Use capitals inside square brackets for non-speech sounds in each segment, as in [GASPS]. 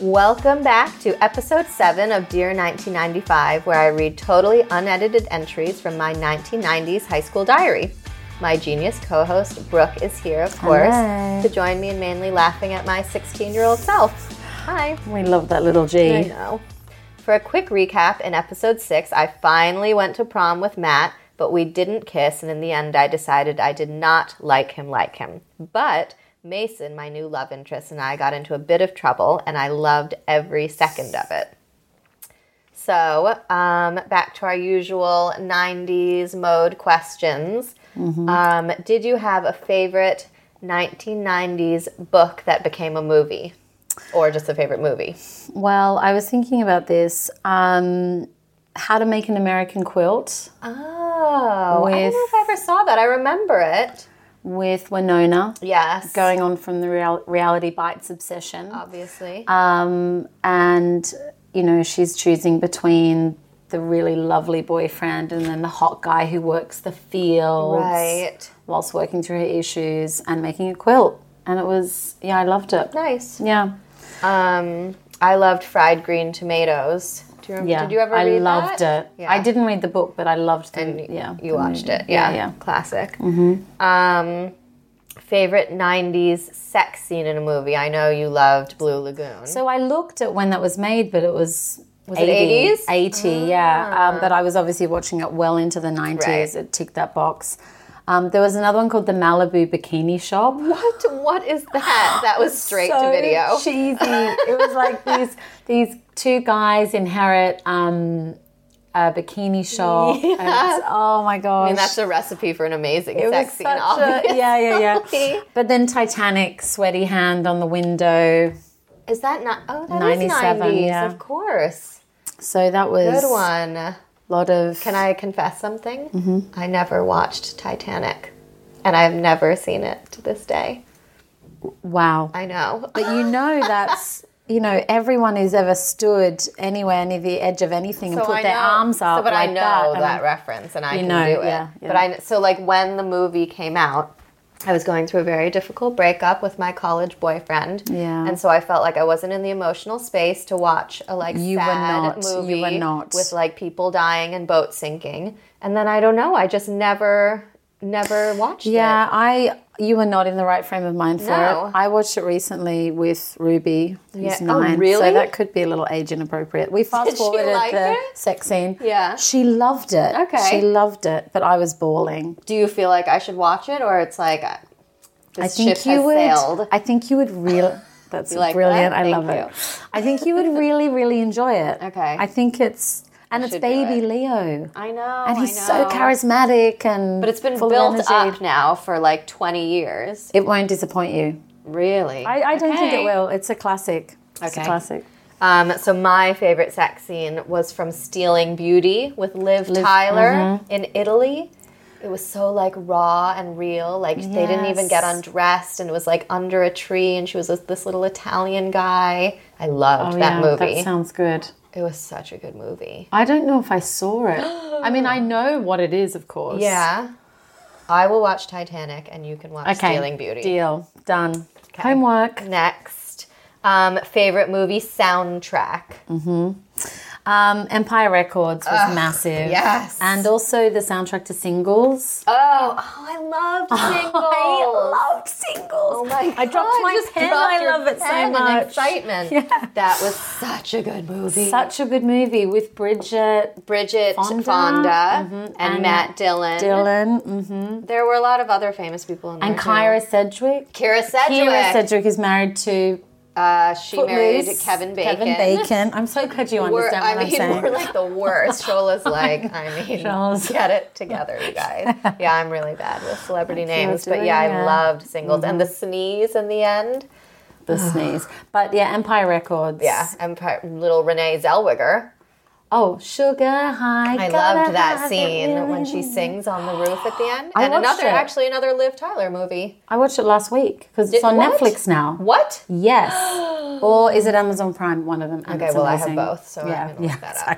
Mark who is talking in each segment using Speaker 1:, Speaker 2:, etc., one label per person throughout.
Speaker 1: Welcome back to episode 7 of Dear 1995, where I read totally unedited entries from my 1990s high school diary. My genius co host, Brooke, is here, of course,
Speaker 2: Hello.
Speaker 1: to join me in mainly laughing at my 16 year old self. Hi.
Speaker 2: We love that little
Speaker 1: I
Speaker 2: G.
Speaker 1: know. For a quick recap, in episode six, I finally went to prom with Matt, but we didn't kiss, and in the end, I decided I did not like him like him. But Mason, my new love interest, and I got into a bit of trouble, and I loved every second of it. So, um, back to our usual 90s mode questions. Um, did you have a favorite 1990s book that became a movie? Or just a favorite movie?
Speaker 2: Well, I was thinking about this. Um, how to make an American quilt
Speaker 1: Oh, I don't
Speaker 2: With-
Speaker 1: know if I ever saw that. I remember it.
Speaker 2: with Winona,
Speaker 1: Yes,
Speaker 2: going on from the real- reality bites obsession.
Speaker 1: obviously.
Speaker 2: Um, and, you know, she's choosing between the really lovely boyfriend and then the hot guy who works the fields
Speaker 1: right.
Speaker 2: whilst working through her issues and making a quilt. And it was, yeah, I loved it.
Speaker 1: Nice.
Speaker 2: Yeah.
Speaker 1: Um, I loved fried green tomatoes. Do you remember?
Speaker 2: Yeah.
Speaker 1: Did you ever
Speaker 2: I
Speaker 1: read
Speaker 2: loved
Speaker 1: that?
Speaker 2: it. I didn't read the book, but I loved the
Speaker 1: And
Speaker 2: yeah.
Speaker 1: You watched it. Yeah.
Speaker 2: Yeah, yeah. Mm-hmm.
Speaker 1: Classic. Um, favorite 90s sex scene in a movie? I know you loved Blue Lagoon.
Speaker 2: [LAUGHS] So I looked at when that was made, but it was was 80,
Speaker 1: it 80s?
Speaker 2: 80, yeah. Um, but I was obviously watching it well into the 90s.
Speaker 1: Ah. Right.
Speaker 2: It ticked that box. Um, there was another one called the Malibu Bikini Shop.
Speaker 1: what? What is that? [GASPS] That was [LAUGHS] straight
Speaker 2: so
Speaker 1: to video.
Speaker 2: [LAUGHS] Cheesy. It was like these these two guys inherit um, a bikini shop.
Speaker 1: [LAUGHS]
Speaker 2: and it's- oh my gosh.
Speaker 1: and that's a recipe for an amazing
Speaker 2: It was
Speaker 1: sex scene,
Speaker 2: such a-
Speaker 1: obviously. [LAUGHS]
Speaker 2: yeah, yeah, yeah. But then Titanic, sweaty hand on the window.
Speaker 1: [LAUGHS] Is that not? Oh, that is
Speaker 2: 97,
Speaker 1: 90s,
Speaker 2: yeah.
Speaker 1: of course.
Speaker 2: So that was
Speaker 1: Good
Speaker 2: a
Speaker 1: one.
Speaker 2: lot of.
Speaker 1: Can I confess something?
Speaker 2: Mm-hmm.
Speaker 1: I never watched Titanic, and I've never seen it to this day.
Speaker 2: wow.
Speaker 1: I know.
Speaker 2: But you know that's you know everyone who's ever stood anywhere near the edge of anything and put
Speaker 1: I
Speaker 2: their
Speaker 1: know-
Speaker 2: arms up
Speaker 1: So, but
Speaker 2: like
Speaker 1: I know
Speaker 2: and
Speaker 1: that, reference, and I
Speaker 2: You
Speaker 1: can
Speaker 2: know,
Speaker 1: do it.
Speaker 2: yeah,
Speaker 1: But
Speaker 2: yeah.
Speaker 1: I kn- so like when the movie came out. I was going through a very difficult breakup with my college boyfriend,
Speaker 2: Yeah.
Speaker 1: and so I felt like I wasn't in the emotional space to watch a like
Speaker 2: You were
Speaker 1: sad
Speaker 2: not. You
Speaker 1: movie
Speaker 2: were not.
Speaker 1: with like people dying and boats sinking. And then I don't know, I just never, never watched it.
Speaker 2: yeah, I you were not in the right frame of mind for
Speaker 1: No.
Speaker 2: it. I watched it recently with Ruby,
Speaker 1: Yeah.
Speaker 2: who's
Speaker 1: Oh,
Speaker 2: nine.
Speaker 1: really?
Speaker 2: So that could be a little age inappropriate.
Speaker 1: [LAUGHS]
Speaker 2: We fast forwarded
Speaker 1: like
Speaker 2: the
Speaker 1: it?
Speaker 2: sex scene.
Speaker 1: Yeah.
Speaker 2: She loved it.
Speaker 1: Okay.
Speaker 2: She loved it, but I was bawling.
Speaker 1: Do you feel like I should watch it, or it's like uh, this
Speaker 2: I think
Speaker 1: ship
Speaker 2: you
Speaker 1: has
Speaker 2: would.
Speaker 1: sailed?
Speaker 2: I think you
Speaker 1: [LAUGHS]
Speaker 2: would really. That's
Speaker 1: like
Speaker 2: brilliant.
Speaker 1: that?
Speaker 2: I
Speaker 1: Thank
Speaker 2: love
Speaker 1: you.
Speaker 2: it. I think you would really, really enjoy it.
Speaker 1: Okay.
Speaker 2: I think it's and it's
Speaker 1: should do
Speaker 2: baby
Speaker 1: it.
Speaker 2: Leo,
Speaker 1: I know,
Speaker 2: and
Speaker 1: I
Speaker 2: he's so
Speaker 1: know.
Speaker 2: charismatic and.
Speaker 1: But it's been
Speaker 2: full of
Speaker 1: built
Speaker 2: energy.
Speaker 1: up now for like twenty years.
Speaker 2: It won't disappoint you.
Speaker 1: Really?
Speaker 2: I, I don't think
Speaker 1: Okay.
Speaker 2: it will. It's a classic. It's a
Speaker 1: Okay.
Speaker 2: classic.
Speaker 1: Um, so my favorite sex scene was from Stealing Beauty with Liv, Tyler
Speaker 2: mm-hmm.
Speaker 1: in Italy. It was so like raw and real. Like they didn't even
Speaker 2: Yes.
Speaker 1: get undressed, and it was like under a tree, and she was this, this little Italian guy. I loved that movie.
Speaker 2: Oh, That sounds good.
Speaker 1: it was such a good movie.
Speaker 2: I don't know if I saw it. I mean, I know what it is, of course.
Speaker 1: Yeah, I will watch Titanic, and you can watch
Speaker 2: Okay.
Speaker 1: Stealing Beauty.
Speaker 2: Deal. Done. Homework.
Speaker 1: Next, um, favorite movie soundtrack.
Speaker 2: Mm. Um, Empire Records was massive.
Speaker 1: yes.
Speaker 2: And also the soundtrack to singles.
Speaker 1: Oh, oh, I
Speaker 2: [LAUGHS]
Speaker 1: loved Single.
Speaker 2: I loved singles.
Speaker 1: Oh my
Speaker 2: I dropped
Speaker 1: God,
Speaker 2: my
Speaker 1: just
Speaker 2: pen.
Speaker 1: dropped
Speaker 2: I
Speaker 1: your
Speaker 2: love it so
Speaker 1: pen in
Speaker 2: much.
Speaker 1: excitement.
Speaker 2: Yeah.
Speaker 1: That was such a good movie.
Speaker 2: Such a good movie with Bridget
Speaker 1: Bridget Fonda,
Speaker 2: Fonda. Mm-hmm.
Speaker 1: and,
Speaker 2: And
Speaker 1: Matt Dillon.
Speaker 2: Dillon mhm.
Speaker 1: There were a lot of other famous people in there.
Speaker 2: and
Speaker 1: too.
Speaker 2: Kyra Sedgwick.
Speaker 1: Kira Sedgwick.
Speaker 2: Kyra Sedgwick is married to
Speaker 1: uh, she married
Speaker 2: Footloose,
Speaker 1: Kevin Bacon.
Speaker 2: Kevin Bacon. I'm so glad
Speaker 1: [LAUGHS]
Speaker 2: you
Speaker 1: We're,
Speaker 2: understand
Speaker 1: I
Speaker 2: what
Speaker 1: mean,
Speaker 2: I'm saying.
Speaker 1: we're like the worst. Shola's like,
Speaker 2: [LAUGHS]
Speaker 1: I mean,
Speaker 2: Shola's-
Speaker 1: get it together, you
Speaker 2: [LAUGHS]
Speaker 1: guys. Yeah, I'm really bad with celebrity names, but
Speaker 2: doing Mm-hmm.
Speaker 1: yeah, I
Speaker 2: that.
Speaker 1: loved singles and the sneeze in the end.
Speaker 2: the sneeze. But yeah, Empire Records.
Speaker 1: Yeah, Empire, little Renee Zellweger.
Speaker 2: Oh, sugar high.
Speaker 1: I loved that scene when she sings on the roof at the end.
Speaker 2: I
Speaker 1: And
Speaker 2: watched
Speaker 1: another,
Speaker 2: it.
Speaker 1: actually, another Liv Tyler movie.
Speaker 2: I watched it last week because it's
Speaker 1: Did-
Speaker 2: on
Speaker 1: what?
Speaker 2: Netflix now.
Speaker 1: What?
Speaker 2: Yes.
Speaker 1: [GASPS]
Speaker 2: or is it Amazon Prime? One of them. and
Speaker 1: Okay,
Speaker 2: it's
Speaker 1: well, I have
Speaker 2: amazing.
Speaker 1: both, so I'm
Speaker 2: yeah,
Speaker 1: gonna
Speaker 2: yeah,
Speaker 1: look that up.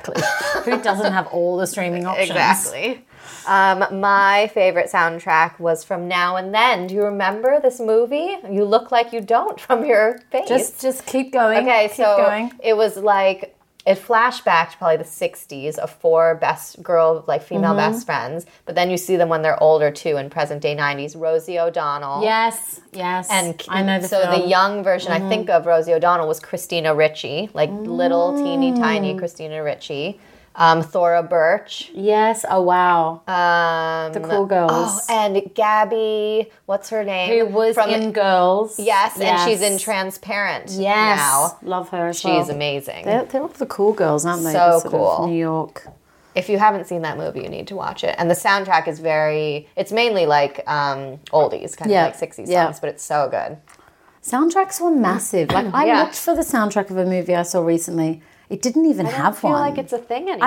Speaker 1: [LAUGHS]
Speaker 2: exactly. Who doesn't have all the streaming options?
Speaker 1: Exactly. Um, my favorite soundtrack was from Now and Then. Do you remember this movie? You look like you don't from your face.
Speaker 2: Just, just keep going.
Speaker 1: okay,
Speaker 2: keep
Speaker 1: so
Speaker 2: going.
Speaker 1: it was like it flashback to probably the '60s of four best girl, like female
Speaker 2: Mm-hmm.
Speaker 1: best friends. But then you see them when they're older too in present day '90s. Rosie O'Donnell.
Speaker 2: Yes, yes.
Speaker 1: And
Speaker 2: I know the
Speaker 1: so
Speaker 2: film. Mm-hmm.
Speaker 1: the young version I think of Rosie O'Donnell was Christina Ritchie, like little teeny
Speaker 2: Mm.
Speaker 1: tiny Christina Ritchie, um, Thora Birch,
Speaker 2: Yes. Oh wow.
Speaker 1: um,
Speaker 2: the cool girls.
Speaker 1: Oh, and Gabby, what's her name?
Speaker 2: who was
Speaker 1: From-
Speaker 2: in Girls?
Speaker 1: Yes, and she's in
Speaker 2: Yes.
Speaker 1: Transparent.
Speaker 2: Yes.
Speaker 1: now.
Speaker 2: Love her. As
Speaker 1: She's
Speaker 2: well.
Speaker 1: amazing.
Speaker 2: They're, they're all the cool girls, aren't they?
Speaker 1: So
Speaker 2: The sort of
Speaker 1: cool.
Speaker 2: New York.
Speaker 1: If you haven't seen that movie, you need to watch it. And the soundtrack is very. It's mainly like um, oldies, kind
Speaker 2: Yeah.
Speaker 1: of like sixties
Speaker 2: Yeah.
Speaker 1: songs, but it's so good.
Speaker 2: Soundtracks were massive. Like I
Speaker 1: Yeah.
Speaker 2: looked for the soundtrack of a movie I saw recently. It didn't even have
Speaker 1: I feel
Speaker 2: one.
Speaker 1: like it's a thing anymore.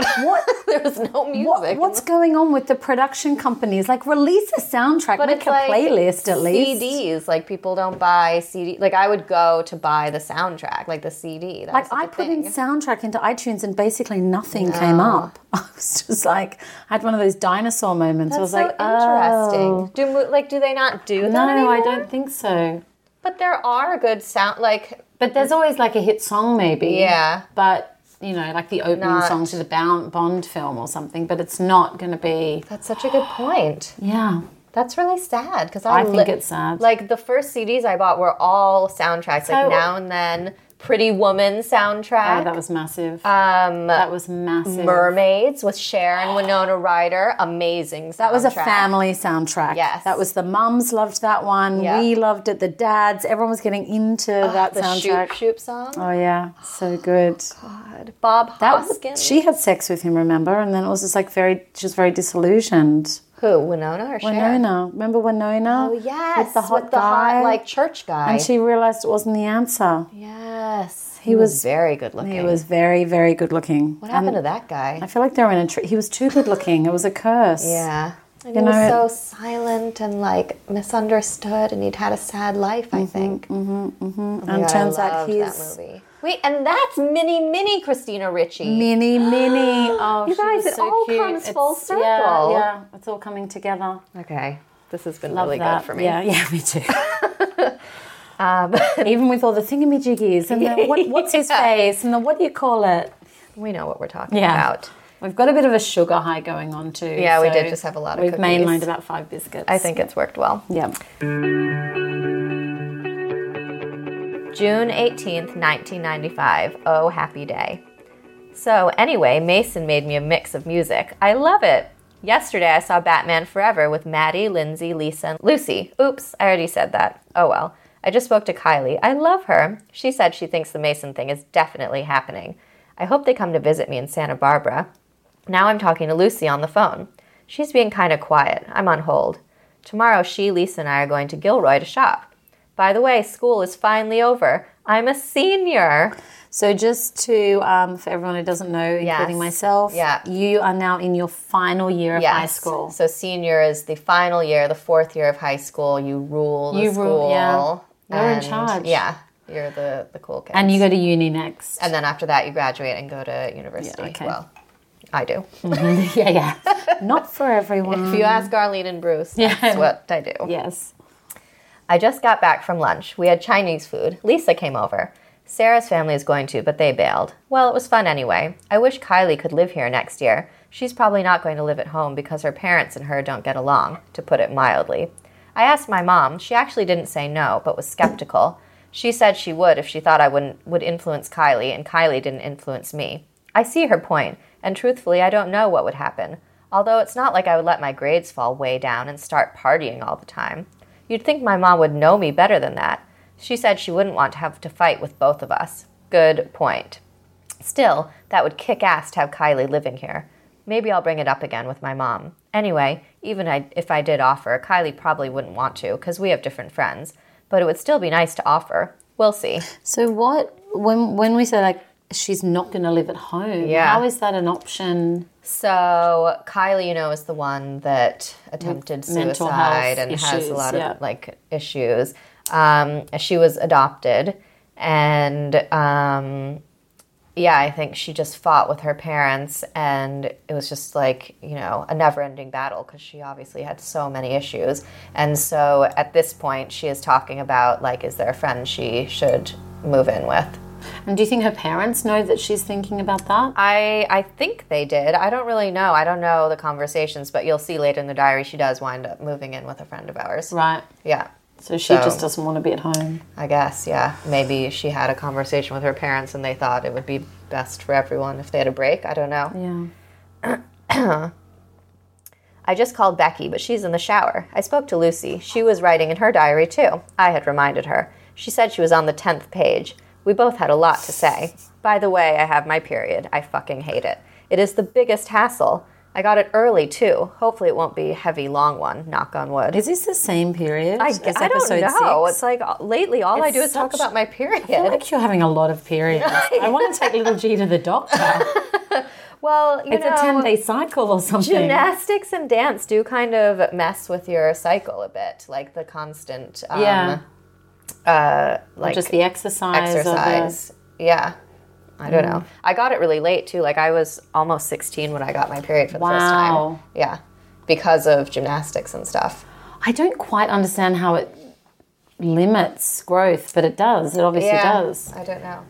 Speaker 2: I
Speaker 1: [LAUGHS]
Speaker 2: mean, what?
Speaker 1: there was no music.
Speaker 2: What, what's going on with the production companies? Like, release a soundtrack,
Speaker 1: But
Speaker 2: make
Speaker 1: it's
Speaker 2: a
Speaker 1: like
Speaker 2: playlist at least.
Speaker 1: CDs. Like people don't buy CD. Like I would go to buy the soundtrack, like the CD. That was
Speaker 2: Like,
Speaker 1: such
Speaker 2: I
Speaker 1: a
Speaker 2: put
Speaker 1: thing.
Speaker 2: in soundtrack into iTunes and basically nothing came up. [LAUGHS] I was just like, I had one of those dinosaur moments. I was
Speaker 1: That's so
Speaker 2: like,
Speaker 1: interesting. Do mo- like do they not do
Speaker 2: Oh,
Speaker 1: that
Speaker 2: no,
Speaker 1: anymore?
Speaker 2: I don't think so.
Speaker 1: But there are good sound like
Speaker 2: But there's always like a hit song, maybe.
Speaker 1: Yeah.
Speaker 2: But, you know, like the opening
Speaker 1: Not-
Speaker 2: song to the Bound- Bond film or something, but it's not going to be.
Speaker 1: that's such a good point.
Speaker 2: Yeah.
Speaker 1: That's really sad because I,
Speaker 2: I think
Speaker 1: li-
Speaker 2: it's sad.
Speaker 1: like the first CDs I bought were all soundtracks
Speaker 2: So-
Speaker 1: like now and then Pretty Woman soundtrack.
Speaker 2: Oh, that was massive.
Speaker 1: um
Speaker 2: that was massive.
Speaker 1: Mermaids with Cher and Winona Ryder, amazing.
Speaker 2: That was a family soundtrack.
Speaker 1: Yes.
Speaker 2: That was the mums loved that one.
Speaker 1: Yeah.
Speaker 2: We loved it. The dads. Everyone was getting into that
Speaker 1: Oh, the Oh,
Speaker 2: soundtrack.
Speaker 1: Shoop Shoop song.
Speaker 2: Oh yeah, so good.
Speaker 1: God. Bob
Speaker 2: That
Speaker 1: Hoskins.
Speaker 2: was, she had sex with him, remember? And then it was just like very, she was very disillusioned.
Speaker 1: Who? Winona or Cher?
Speaker 2: Winona, remember Winona?
Speaker 1: Oh yes,
Speaker 2: with the hot guy,
Speaker 1: hot, like church guy.
Speaker 2: and she realized it wasn't the answer.
Speaker 1: Yes, he,
Speaker 2: He
Speaker 1: was,
Speaker 2: was-
Speaker 1: very good looking.
Speaker 2: He was very, very good looking.
Speaker 1: what happened to that guy?
Speaker 2: I feel like they were in a. Tr- he was too good looking. It was a curse.
Speaker 1: yeah, and
Speaker 2: You
Speaker 1: he was
Speaker 2: know,
Speaker 1: so silent and like misunderstood, and he'd had a sad life. I think. Mm-hmm, mm-hmm.
Speaker 2: And turns out he's-
Speaker 1: that movie. Wait, and that's mini, mini Christina Ritchie.
Speaker 2: Mini,
Speaker 1: [GASPS]
Speaker 2: mini. Oh,
Speaker 1: You
Speaker 2: she
Speaker 1: guys,
Speaker 2: was
Speaker 1: it
Speaker 2: so
Speaker 1: all
Speaker 2: cute.
Speaker 1: comes full
Speaker 2: It's- Yeah,
Speaker 1: circle.
Speaker 2: yeah, it's all coming together.
Speaker 1: Okay, this has been
Speaker 2: Love
Speaker 1: really
Speaker 2: that.
Speaker 1: good for me.
Speaker 2: Yeah, [LAUGHS] yeah, me
Speaker 1: [LAUGHS]
Speaker 2: too. Even with all the thingamajiggies and the what, what's his
Speaker 1: Um, [LAUGHS] Yeah.
Speaker 2: face and the what do you call it?
Speaker 1: We know what we're talking
Speaker 2: Yeah.
Speaker 1: about.
Speaker 2: We've got a bit of a sugar high going on too.
Speaker 1: Yeah, we did just have a lot of
Speaker 2: We've
Speaker 1: cookies.
Speaker 2: mainlined about five biscuits.
Speaker 1: I think it's worked well.
Speaker 2: Yeah.
Speaker 1: June 18th, 1995. Oh, happy day. So, anyway, Mason made me a mix of music. I love it. Yesterday, I saw Batman Forever with Maddie, Lindsay, Lisa, and Lucy. Oops, I already said that. Oh well. I just spoke to Kylie. I love her. She said she thinks the Mason thing is definitely happening. I hope they come to visit me in Santa Barbara. Now I'm talking to Lucy on the phone. She's being kind of quiet. I'm on hold. Tomorrow, she, Lisa, and I are going to Gilroy to shop. By the way, school is finally over. I'm a senior.
Speaker 2: So just to um, for everyone who doesn't know, including myself,
Speaker 1: Yeah.
Speaker 2: you are now in your final year of high school.
Speaker 1: So senior is the final year, the fourth year of high school. You rule the
Speaker 2: You
Speaker 1: school.
Speaker 2: rule- yeah. You're in
Speaker 1: and-
Speaker 2: charge.
Speaker 1: Yeah, you're the the cool kid.
Speaker 2: And you go to uni next.
Speaker 1: and then after that, you graduate and go to university.
Speaker 2: Yeah, okay.
Speaker 1: Well, I do.
Speaker 2: [LAUGHS] yeah, yeah. Not for
Speaker 1: [LAUGHS]
Speaker 2: everyone.
Speaker 1: If you ask Arlene and Bruce, that's what I
Speaker 2: [LAUGHS]
Speaker 1: do.
Speaker 2: yes.
Speaker 1: I just got back from lunch. We had Chinese food. Lisa came over. Sarah's family is going to, but they bailed. Well, it was fun anyway. I wish Kylie could live here next year. She's probably not going to live at home because her parents and her don't get along, to put it mildly. I asked my mom. She actually didn't say no, but was skeptical. She said she would if she thought I wouldn't would influence Kylie, and Kylie didn't influence me. I see her point, and truthfully, I don't know what would happen. Although it's not like I would let my grades fall way down and start partying all the time. You'd think my mom would know me better than that. She said she wouldn't want to have to fight with both of us. Good point. Still, that would kick ass to have Kylie living here. Maybe I'll bring it up again with my mom. Anyway, even I, if I did offer, Kylie probably wouldn't want to because we have different friends. But it would still be nice to offer. We'll see.
Speaker 2: So what when when we say like she's not going to live at home.
Speaker 1: Yeah.
Speaker 2: How is that an option?
Speaker 1: So Kylie, you know, is the one that attempted
Speaker 2: mental health
Speaker 1: suicide and has
Speaker 2: issues,
Speaker 1: a lot
Speaker 2: yeah.
Speaker 1: of like issues. Um, she was adopted, and um, yeah, I think she just fought with her parents, and it was just like you know a never-ending battle because she obviously had so many issues. And so at this point, she is talking about like, is there a friend she should move in with?
Speaker 2: And do you think her parents know that she's thinking about that?
Speaker 1: I I think they did. I don't really know. I don't know the conversations, but you'll see later in the diary she does wind up moving in with a friend of ours.
Speaker 2: Right.
Speaker 1: Yeah.
Speaker 2: So she
Speaker 1: So-
Speaker 2: just doesn't want to be at home.
Speaker 1: I guess, yeah. Maybe she had a conversation with her parents and they thought it would be best for everyone if they had a break. I don't know.
Speaker 2: Yeah.
Speaker 1: I just called Becky, but she's in the shower. I spoke to Lucy. She was writing in her diary too. I had reminded her. She said she was on the 10th page. We both had a lot to say. By the way, I have my period. I fucking hate it. It is the biggest hassle. I got it early too. Hopefully, it won't be a heavy, long one. Knock on wood.
Speaker 2: Is this the same period
Speaker 1: I,
Speaker 2: as
Speaker 1: I don't
Speaker 2: episode
Speaker 1: know.
Speaker 2: six?
Speaker 1: It's like uh, lately, all I
Speaker 2: It's
Speaker 1: do is talk
Speaker 2: such-
Speaker 1: about my
Speaker 2: I
Speaker 1: period.
Speaker 2: think you're having a lot of periods. I want to take little G to
Speaker 1: [LAUGHS]
Speaker 2: the doctor.
Speaker 1: Well, you
Speaker 2: It's
Speaker 1: know,
Speaker 2: a 10 day cycle or something.
Speaker 1: gymnastics and dance do kind of mess with your cycle a bit, like the constant, um,
Speaker 2: Yeah.
Speaker 1: uh, like
Speaker 2: Just the exercise. or the-
Speaker 1: exercise. Yeah. I don't know. I got it really late too. Like I was almost 16 when I got my period for the first
Speaker 2: Wow.
Speaker 1: time. Yeah. Because of gymnastics and stuff.
Speaker 2: I don't quite understand how it limits growth, but it does. It obviously does.
Speaker 1: I don't know.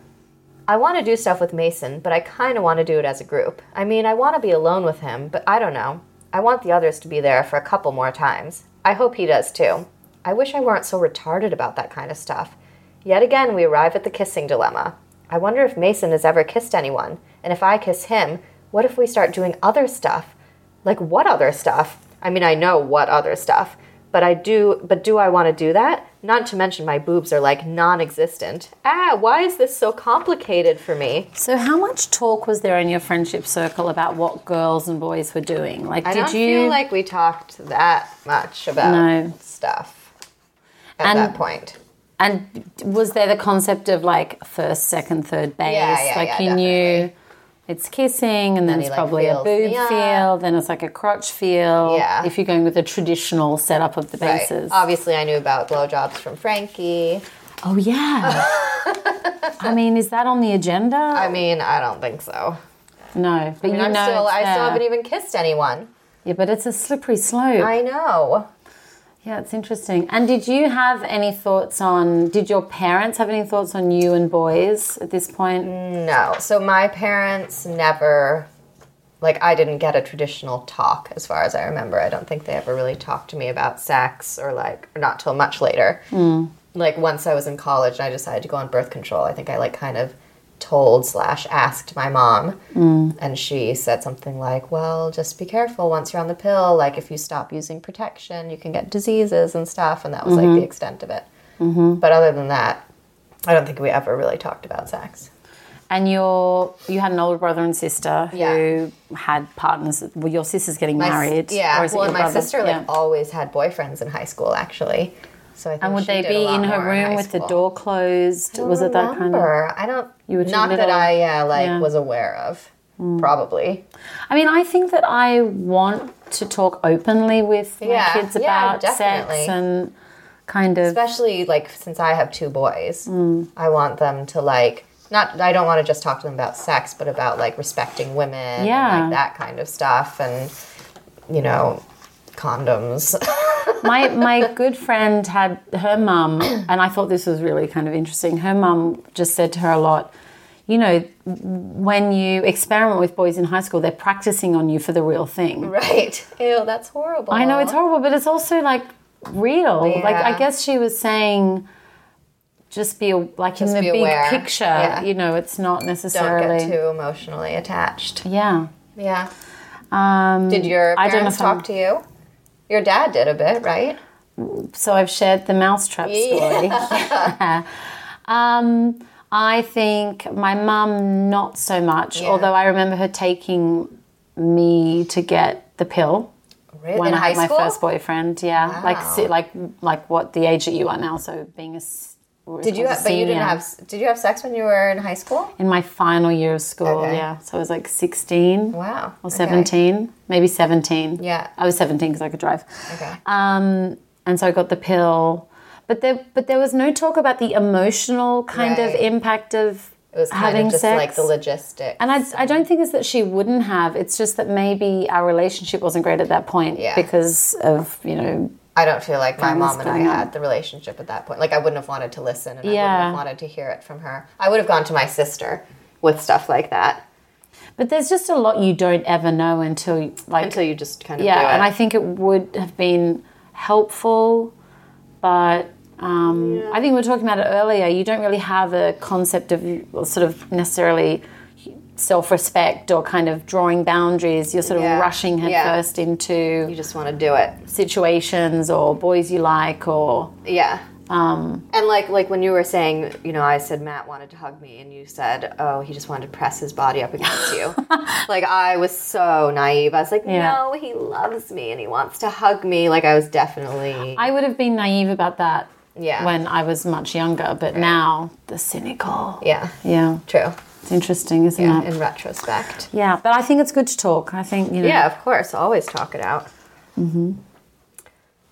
Speaker 1: I want to do stuff with Mason, but I kind of want to do it as a group. I mean, I want to be alone with him, but I don't know. I want the others to be there for a couple more times. I hope he does too. I wish I weren't so retarded about that kind of stuff. Yet again, we arrive at the kissing dilemma. I wonder if Mason has ever kissed anyone, and if I kiss him, what if we start doing other stuff? Like what other stuff? I mean, I know what other stuff, but I do but do I want to do that? Not to mention my boobs are like non-existent. Ah, why is this so complicated for me?
Speaker 2: So, how much talk was there in your friendship circle about what girls and boys were doing? Like,
Speaker 1: I
Speaker 2: did
Speaker 1: don't
Speaker 2: you?
Speaker 1: feel like we talked that much about
Speaker 2: No.
Speaker 1: stuff at
Speaker 2: And-
Speaker 1: that point.
Speaker 2: and was there the concept of like first, second, third base?
Speaker 1: Yeah, yeah,
Speaker 2: like
Speaker 1: yeah,
Speaker 2: you knew it's kissing, and then,
Speaker 1: he,
Speaker 2: it's
Speaker 1: like,
Speaker 2: probably a
Speaker 1: feels
Speaker 2: boob
Speaker 1: me up.
Speaker 2: feel, then it's like a crotch feel.
Speaker 1: Yeah.
Speaker 2: If you're going with the traditional setup of the
Speaker 1: Right.
Speaker 2: bases.
Speaker 1: Obviously, I knew about blowjobs from Frankie. [LAUGHS]
Speaker 2: Oh yeah. I mean, is that on the agenda?
Speaker 1: I mean, I don't think so.
Speaker 2: no, but
Speaker 1: I
Speaker 2: Oh. you
Speaker 1: mean, I'm
Speaker 2: know,
Speaker 1: still,
Speaker 2: it's uh,
Speaker 1: I
Speaker 2: there.
Speaker 1: still haven't even kissed anyone.
Speaker 2: yeah, but it's a slippery slope.
Speaker 1: I know.
Speaker 2: yeah, it's interesting. And did you have any thoughts on? Did your parents have any thoughts on you and boys at this point?
Speaker 1: No. So my parents never like I didn't get a traditional talk as far as I remember. I don't think they ever really talked to me about sex or like or not till much later. Like once I was in college and I decided to go on birth control, I think I like kind of told slash asked my mom and she said something like, Well, just be careful once you're on the pill, like if you stop using protection, you can get diseases and stuff and that was like the extent of it. But other than that, I don't think we ever really talked about sex.
Speaker 2: And your you had an older brother and sister who had partners. Well, your sister's getting
Speaker 1: My s-
Speaker 2: married.
Speaker 1: Yeah,
Speaker 2: or is it
Speaker 1: well,
Speaker 2: your
Speaker 1: and my
Speaker 2: brother?
Speaker 1: sister like
Speaker 2: Yeah.
Speaker 1: always had boyfriends in high school, actually. So I think
Speaker 2: And would
Speaker 1: she
Speaker 2: they
Speaker 1: did a
Speaker 2: be
Speaker 1: lot
Speaker 2: in her
Speaker 1: more high
Speaker 2: room with the
Speaker 1: school.
Speaker 2: door closed? Was it that kind of?
Speaker 1: Remember, I don't.
Speaker 2: You were too
Speaker 1: not that
Speaker 2: little.
Speaker 1: I uh, like
Speaker 2: Yeah. Mm.
Speaker 1: was aware of. Probably.
Speaker 2: I mean, I think that I want to talk openly with my
Speaker 1: Yeah,
Speaker 2: kids
Speaker 1: yeah,
Speaker 2: about
Speaker 1: definitely.
Speaker 2: sex and kind of.
Speaker 1: especially like since I have two boys,
Speaker 2: Mm.
Speaker 1: I want them to like not. I don't want to just talk to them about sex, but about like respecting women,
Speaker 2: Yeah.
Speaker 1: and, like that kind of stuff, and you know, condoms. [LAUGHS]
Speaker 2: my my good friend had her mum, and I thought this was really kind of interesting. Her mum just said to her a lot, you know, when you experiment with boys in high school, they're practicing on you for the real thing.
Speaker 1: right? Ew, that's horrible.
Speaker 2: I know it's horrible, but it's also like real. Like
Speaker 1: Yeah.
Speaker 2: I guess she was saying, just be a- like
Speaker 1: Just
Speaker 2: in the
Speaker 1: be
Speaker 2: big
Speaker 1: aware.
Speaker 2: picture.
Speaker 1: Yeah.
Speaker 2: You know, it's not
Speaker 1: Don't
Speaker 2: necessarily.
Speaker 1: get too emotionally attached.
Speaker 2: yeah.
Speaker 1: Yeah.
Speaker 2: Um,
Speaker 1: Did your
Speaker 2: I don't know
Speaker 1: parents
Speaker 2: if I'm-
Speaker 1: talk to you? Your dad did a bit, right?
Speaker 2: So I've shared the mousetrap story. [LAUGHS] um, I think my mum not so much.
Speaker 1: Yeah.
Speaker 2: Although I remember her taking me to get the pill
Speaker 1: Really?
Speaker 2: when
Speaker 1: In
Speaker 2: I
Speaker 1: high
Speaker 2: had my
Speaker 1: school?
Speaker 2: first boyfriend. Yeah, like
Speaker 1: Wow.
Speaker 2: si- like like what the age that you are now. So being a s-
Speaker 1: Did you? Have, but you didn't
Speaker 2: senior.
Speaker 1: have. Did you have sex when you were in high school?
Speaker 2: in my final year of school.
Speaker 1: Okay.
Speaker 2: Yeah, so I was like sixteen
Speaker 1: Wow.
Speaker 2: or
Speaker 1: okay.
Speaker 2: seventeen, maybe seventeen.
Speaker 1: Yeah.
Speaker 2: I was seventeen because I could drive.
Speaker 1: Okay.
Speaker 2: Um, and so I got the pill, but there, but there was no talk about the emotional kind of
Speaker 1: Right.
Speaker 2: impact of
Speaker 1: It was kind
Speaker 2: having
Speaker 1: of just
Speaker 2: sex.
Speaker 1: like the logistics.
Speaker 2: and I, I don't think it's that she wouldn't have. It's just that maybe our relationship wasn't great at that point
Speaker 1: Yeah.
Speaker 2: because of you know
Speaker 1: I don't feel like my mom and I
Speaker 2: coming up.
Speaker 1: had the relationship at that point. Like I wouldn't have wanted to listen, and I
Speaker 2: Yeah.
Speaker 1: wouldn't have wanted to hear it from her. I would have gone to my sister with stuff like that
Speaker 2: But there's just a lot you don't ever know until like
Speaker 1: until you just kind of
Speaker 2: yeah,
Speaker 1: do it.
Speaker 2: and I think it would have been helpful, but um, I think we were talking about it earlier. You don't really have a concept of well, sort of necessarily self-respect or kind of drawing boundaries. You're sort of
Speaker 1: Yeah,
Speaker 2: rushing
Speaker 1: yeah.
Speaker 2: headfirst
Speaker 1: you
Speaker 2: into
Speaker 1: just want to do it.
Speaker 2: situations or boys you like or
Speaker 1: Yeah. Um, and like like when you were saying, you know, I said Matt wanted to hug me, and you said, oh, he just wanted to press his body up against you. like I was so naive. I was like,
Speaker 2: Yeah.
Speaker 1: no, he loves me and he wants to hug me. Like I was definitely
Speaker 2: I would have been naive about that
Speaker 1: Yeah.
Speaker 2: when I was much younger, but now the cynical.
Speaker 1: yeah.
Speaker 2: Yeah,
Speaker 1: True.
Speaker 2: it's interesting, isn't
Speaker 1: Yeah.
Speaker 2: it?
Speaker 1: In retrospect.
Speaker 2: Yeah, but I think it's good to talk. I think you know.
Speaker 1: Yeah, of course. Always talk it out. Mm-hmm.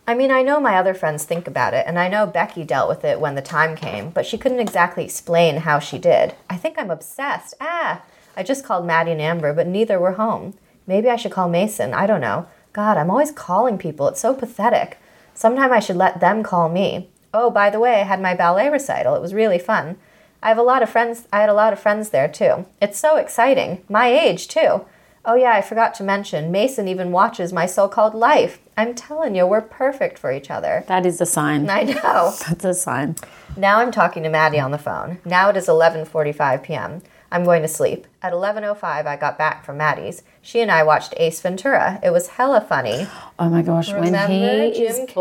Speaker 1: I mean, I know my other friends think about it, and I know Becky dealt with it when the time came, but she couldn't exactly explain how she did. I think I'm obsessed. Ah, I just called Maddie and Amber, but neither were home. Maybe I should call Mason. I don't know. God, I'm always calling people. It's so pathetic. Sometime I should let them call me. Oh, by the way, I had my ballet recital. It was really fun. I have a lot of friends. I had a lot of friends there too. It's so exciting. My age too. Oh yeah, I forgot to mention. Mason even watches my so-called life. I'm telling you, we're perfect for each other.
Speaker 2: That is a sign.
Speaker 1: I know.
Speaker 2: That's a sign.
Speaker 1: Now I'm talking to Maddie on the phone. Now it is 11:45 p.m. I'm going to sleep. At 11:05, I got back from Maddie's. She and I watched Ace Ventura. It was hella funny.
Speaker 2: Oh my gosh, when
Speaker 1: Remember
Speaker 2: he
Speaker 1: Jim
Speaker 2: is
Speaker 1: Carrey?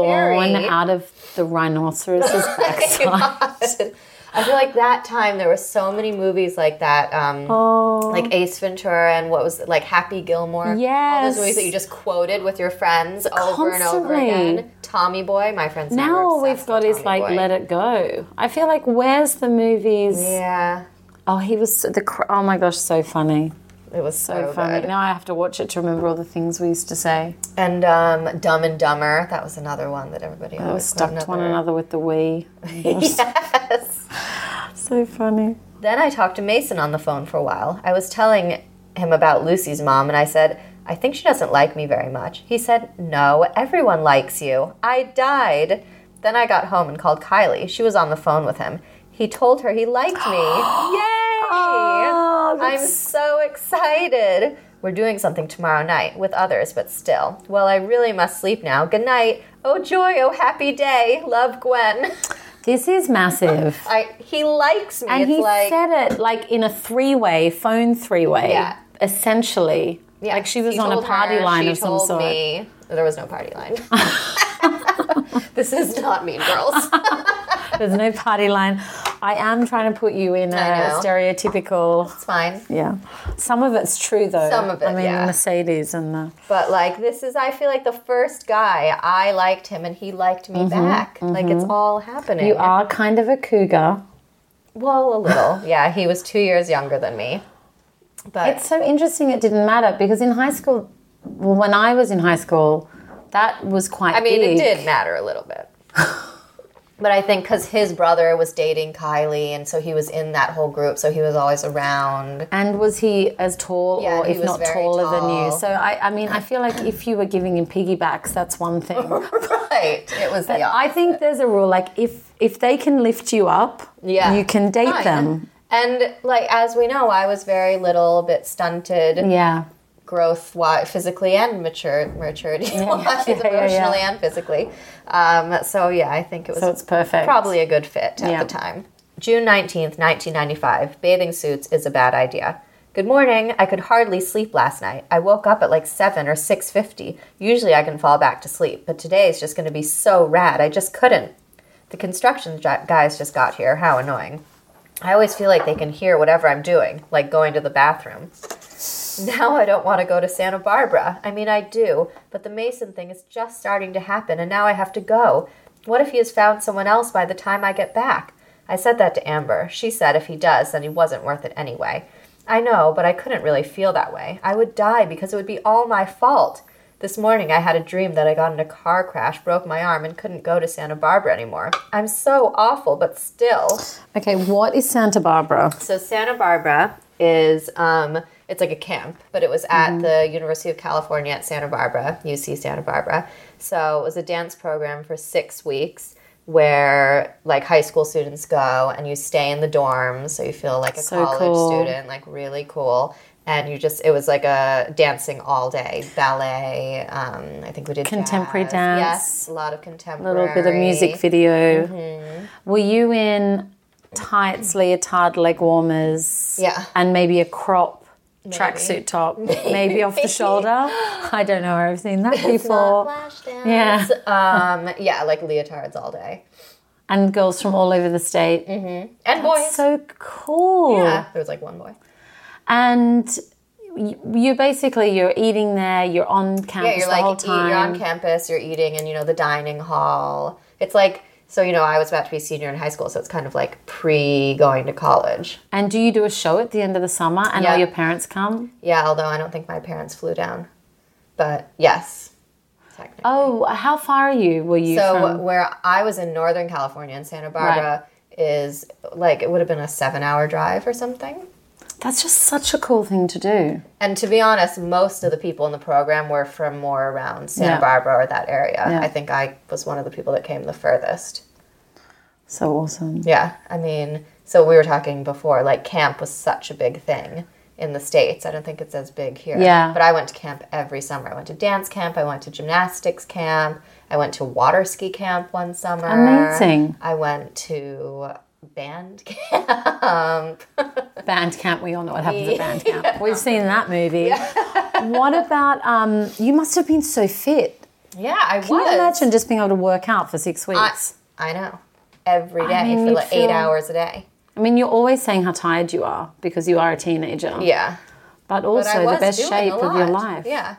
Speaker 2: born out of the rhinoceros's
Speaker 1: [LAUGHS]
Speaker 2: backside.
Speaker 1: I feel like that time there were so many movies like that, um,
Speaker 2: oh,
Speaker 1: like Ace Ventura and what was it, like Happy Gilmore. all those
Speaker 2: Yes.
Speaker 1: movies that you just quoted with your friends over and over
Speaker 2: Constantly.
Speaker 1: again. Tommy Boy, my friends.
Speaker 2: now all we've got is like Let It Go. I feel like where's the movies?
Speaker 1: Yeah,
Speaker 2: Oh, he was so, the. cr- Oh my gosh, so funny,
Speaker 1: it was so,
Speaker 2: so funny.
Speaker 1: good.
Speaker 2: Now I have to watch it to remember all the things we used to say.
Speaker 1: And um, Dumb and Dumber, that was another one that everybody
Speaker 2: I was
Speaker 1: always
Speaker 2: Oh, stuck to one another with
Speaker 1: [LAUGHS]
Speaker 2: the we.
Speaker 1: yes.
Speaker 2: So funny.
Speaker 1: Then I talked to Mason on the phone for a while. I was telling him about Lucy's mom, and I said, I think she doesn't like me very much. He said, No, everyone likes you. I died. Then I got home and called Kylie. She was on the phone with him. He told her he liked me. Yay!
Speaker 2: [GASPS] Oh,
Speaker 1: I'm so excited. We're doing something tomorrow night with others, but still. Well, I really must sleep now. Good night. Oh, joy. Oh, happy day. Love, Gwen. [LAUGHS]
Speaker 2: This is massive.
Speaker 1: I, he likes me.
Speaker 2: And
Speaker 1: it's
Speaker 2: he
Speaker 1: like,
Speaker 2: said it like in a three way, phone three way.
Speaker 1: Yeah.
Speaker 2: Essentially.
Speaker 1: Yeah,
Speaker 2: Like she was
Speaker 1: he
Speaker 2: on a
Speaker 1: told
Speaker 2: party
Speaker 1: her,
Speaker 2: line
Speaker 1: she
Speaker 2: of some
Speaker 1: told
Speaker 2: sort.
Speaker 1: Me, there was no party line. [LAUGHS] this is not Mean
Speaker 2: [LAUGHS]
Speaker 1: Girls.
Speaker 2: There's no party line. I am trying to put you in
Speaker 1: I
Speaker 2: a
Speaker 1: know.
Speaker 2: stereotypical.
Speaker 1: It's fine,
Speaker 2: Yeah. Some of it's true though.
Speaker 1: Some of it,
Speaker 2: I mean,
Speaker 1: yeah.
Speaker 2: the Mercedes and the.
Speaker 1: but like this is. I feel like the first guy I liked him, and he liked me back. Like it's all happening.
Speaker 2: Mm-hmm. You are kind of a cougar.
Speaker 1: well, a
Speaker 2: [LAUGHS]
Speaker 1: little. Yeah, he was two years younger than me, but
Speaker 2: It's so interesting it didn't matter because in high school, well, when I was in high school, that was quite
Speaker 1: I mean,
Speaker 2: big.
Speaker 1: it did matter a little
Speaker 2: [LAUGHS]
Speaker 1: bit. But I think because his brother was dating Kylie, and so he was in that whole group, so he was always around. [LAUGHS]
Speaker 2: And was he as tall,
Speaker 1: Yeah,
Speaker 2: or
Speaker 1: he
Speaker 2: if
Speaker 1: was
Speaker 2: not
Speaker 1: very
Speaker 2: taller than
Speaker 1: tall.
Speaker 2: you? So I, I mean, I feel like if you were giving him piggybacks, that's one
Speaker 1: [LAUGHS]
Speaker 2: thing.
Speaker 1: right, it was the
Speaker 2: I think there's a rule like if if they can lift you up,
Speaker 1: Yeah.
Speaker 2: you can date
Speaker 1: Fine.
Speaker 2: them.
Speaker 1: And like as we know, I was very little, a bit stunted,
Speaker 2: Yeah,
Speaker 1: growth wise, physically and mature, maturity [LAUGHS] wise,
Speaker 2: yeah, yeah, yeah.
Speaker 1: emotionally and physically. Um, so yeah, I think it was
Speaker 2: so it's perfect.
Speaker 1: probably a good fit at
Speaker 2: Yeah.
Speaker 1: the time. June 19th, 1995. Bathing suits is a bad idea. Good morning. I could hardly sleep last night. I woke up at like 7 or 6:50. Usually I can fall back to sleep, but today is just going to be so rad. I just couldn't. The construction ju- guys just got here. How annoying. I always feel like they can hear whatever I'm doing, like going to the bathroom. [LAUGHS] Now I don't want to go to Santa Barbara. I mean, I do, but the Mason thing is just starting to happen, and now I have to go. What if he has found someone else by the time I get back? I said that to Amber. She said if he does, then he wasn't worth it anyway. I know, but I couldn't really feel that way. I would die because it would be all my fault. This morning I had a dream that I got in a car crash, broke my arm, and couldn't go to Santa Barbara anymore. I'm so awful, but still.
Speaker 2: Okay, what is Santa Barbara?
Speaker 1: So Santa Barbara is um, it's like a camp, but it was at
Speaker 2: Mm-hmm.
Speaker 1: the University of California at Santa Barbara, UC Santa Barbara. So it was a dance program for six weeks where like high school students go and you stay in the dorms, so you feel like a
Speaker 2: So
Speaker 1: college
Speaker 2: cool.
Speaker 1: student, like really cool. And you just, it was like a dancing all day, ballet. Um, I think we did
Speaker 2: Contemporary
Speaker 1: jazz.
Speaker 2: dance.
Speaker 1: Yes, a lot of
Speaker 2: A
Speaker 1: contemporary.
Speaker 2: little bit of music video.
Speaker 1: Mm-hmm.
Speaker 2: Were you in tights, leotard, leg warmers?
Speaker 1: Yeah.
Speaker 2: And maybe a crop
Speaker 1: [LAUGHS]
Speaker 2: tracksuit top, maybe. off the shoulder. I don't know where I've seen that
Speaker 1: Not
Speaker 2: before.
Speaker 1: flash dance.
Speaker 2: Yeah.
Speaker 1: Um, yeah, like leotards all day.
Speaker 2: And girls from all over the state.
Speaker 1: And boys.
Speaker 2: So cool.
Speaker 1: Yeah, there was like one boy.
Speaker 2: And y- you basically you're eating there. You're on campus
Speaker 1: Yeah, you're
Speaker 2: the
Speaker 1: like
Speaker 2: whole
Speaker 1: eat- you're
Speaker 2: time.
Speaker 1: on campus, you're eating, and you know the dining hall. It's like so you know I was about to be senior in high school, so it's kind of like pre going to college.
Speaker 2: and do you do a show at the end of the summer? And
Speaker 1: Yeah.
Speaker 2: all your parents come.
Speaker 1: Yeah, although I don't think my parents flew down, but yes, technically.
Speaker 2: Oh, how far are you? Were you
Speaker 1: so
Speaker 2: from?
Speaker 1: where I was in Northern California in Santa Barbara is like it would have been a seven hour drive or something.
Speaker 2: That's just such a cool thing to do.
Speaker 1: And to be honest, most of the people in the program were from more around Santa
Speaker 2: Yeah.
Speaker 1: Barbara or that area.
Speaker 2: Yeah.
Speaker 1: I think I was one of the people that came the furthest.
Speaker 2: So awesome.
Speaker 1: Yeah, I mean, so we were talking before, like camp was such a big thing in the States. I don't think it's as big here.
Speaker 2: Yeah.
Speaker 1: But I went to camp every summer. I went to dance camp, I went to gymnastics camp, I went to water ski camp one summer.
Speaker 2: Amazing.
Speaker 1: I went to band [LAUGHS] camp.
Speaker 2: Band camp, we all know what happens at band camp. We've seen that movie. [LAUGHS] what about um you must have been so fit.
Speaker 1: Yeah, I
Speaker 2: Can
Speaker 1: was.
Speaker 2: you imagine just being able to work out for six
Speaker 1: I,
Speaker 2: weeks?
Speaker 1: I know. Every day
Speaker 2: mean,
Speaker 1: for
Speaker 2: you
Speaker 1: like eight
Speaker 2: feel-
Speaker 1: hours a day.
Speaker 2: I, mean you're always saying how tired you are because you are a teenager.
Speaker 1: Yeah.
Speaker 2: But also
Speaker 1: but I
Speaker 2: the
Speaker 1: was
Speaker 2: best
Speaker 1: doing
Speaker 2: shape
Speaker 1: a
Speaker 2: of your
Speaker 1: lot.
Speaker 2: life.
Speaker 1: Yeah.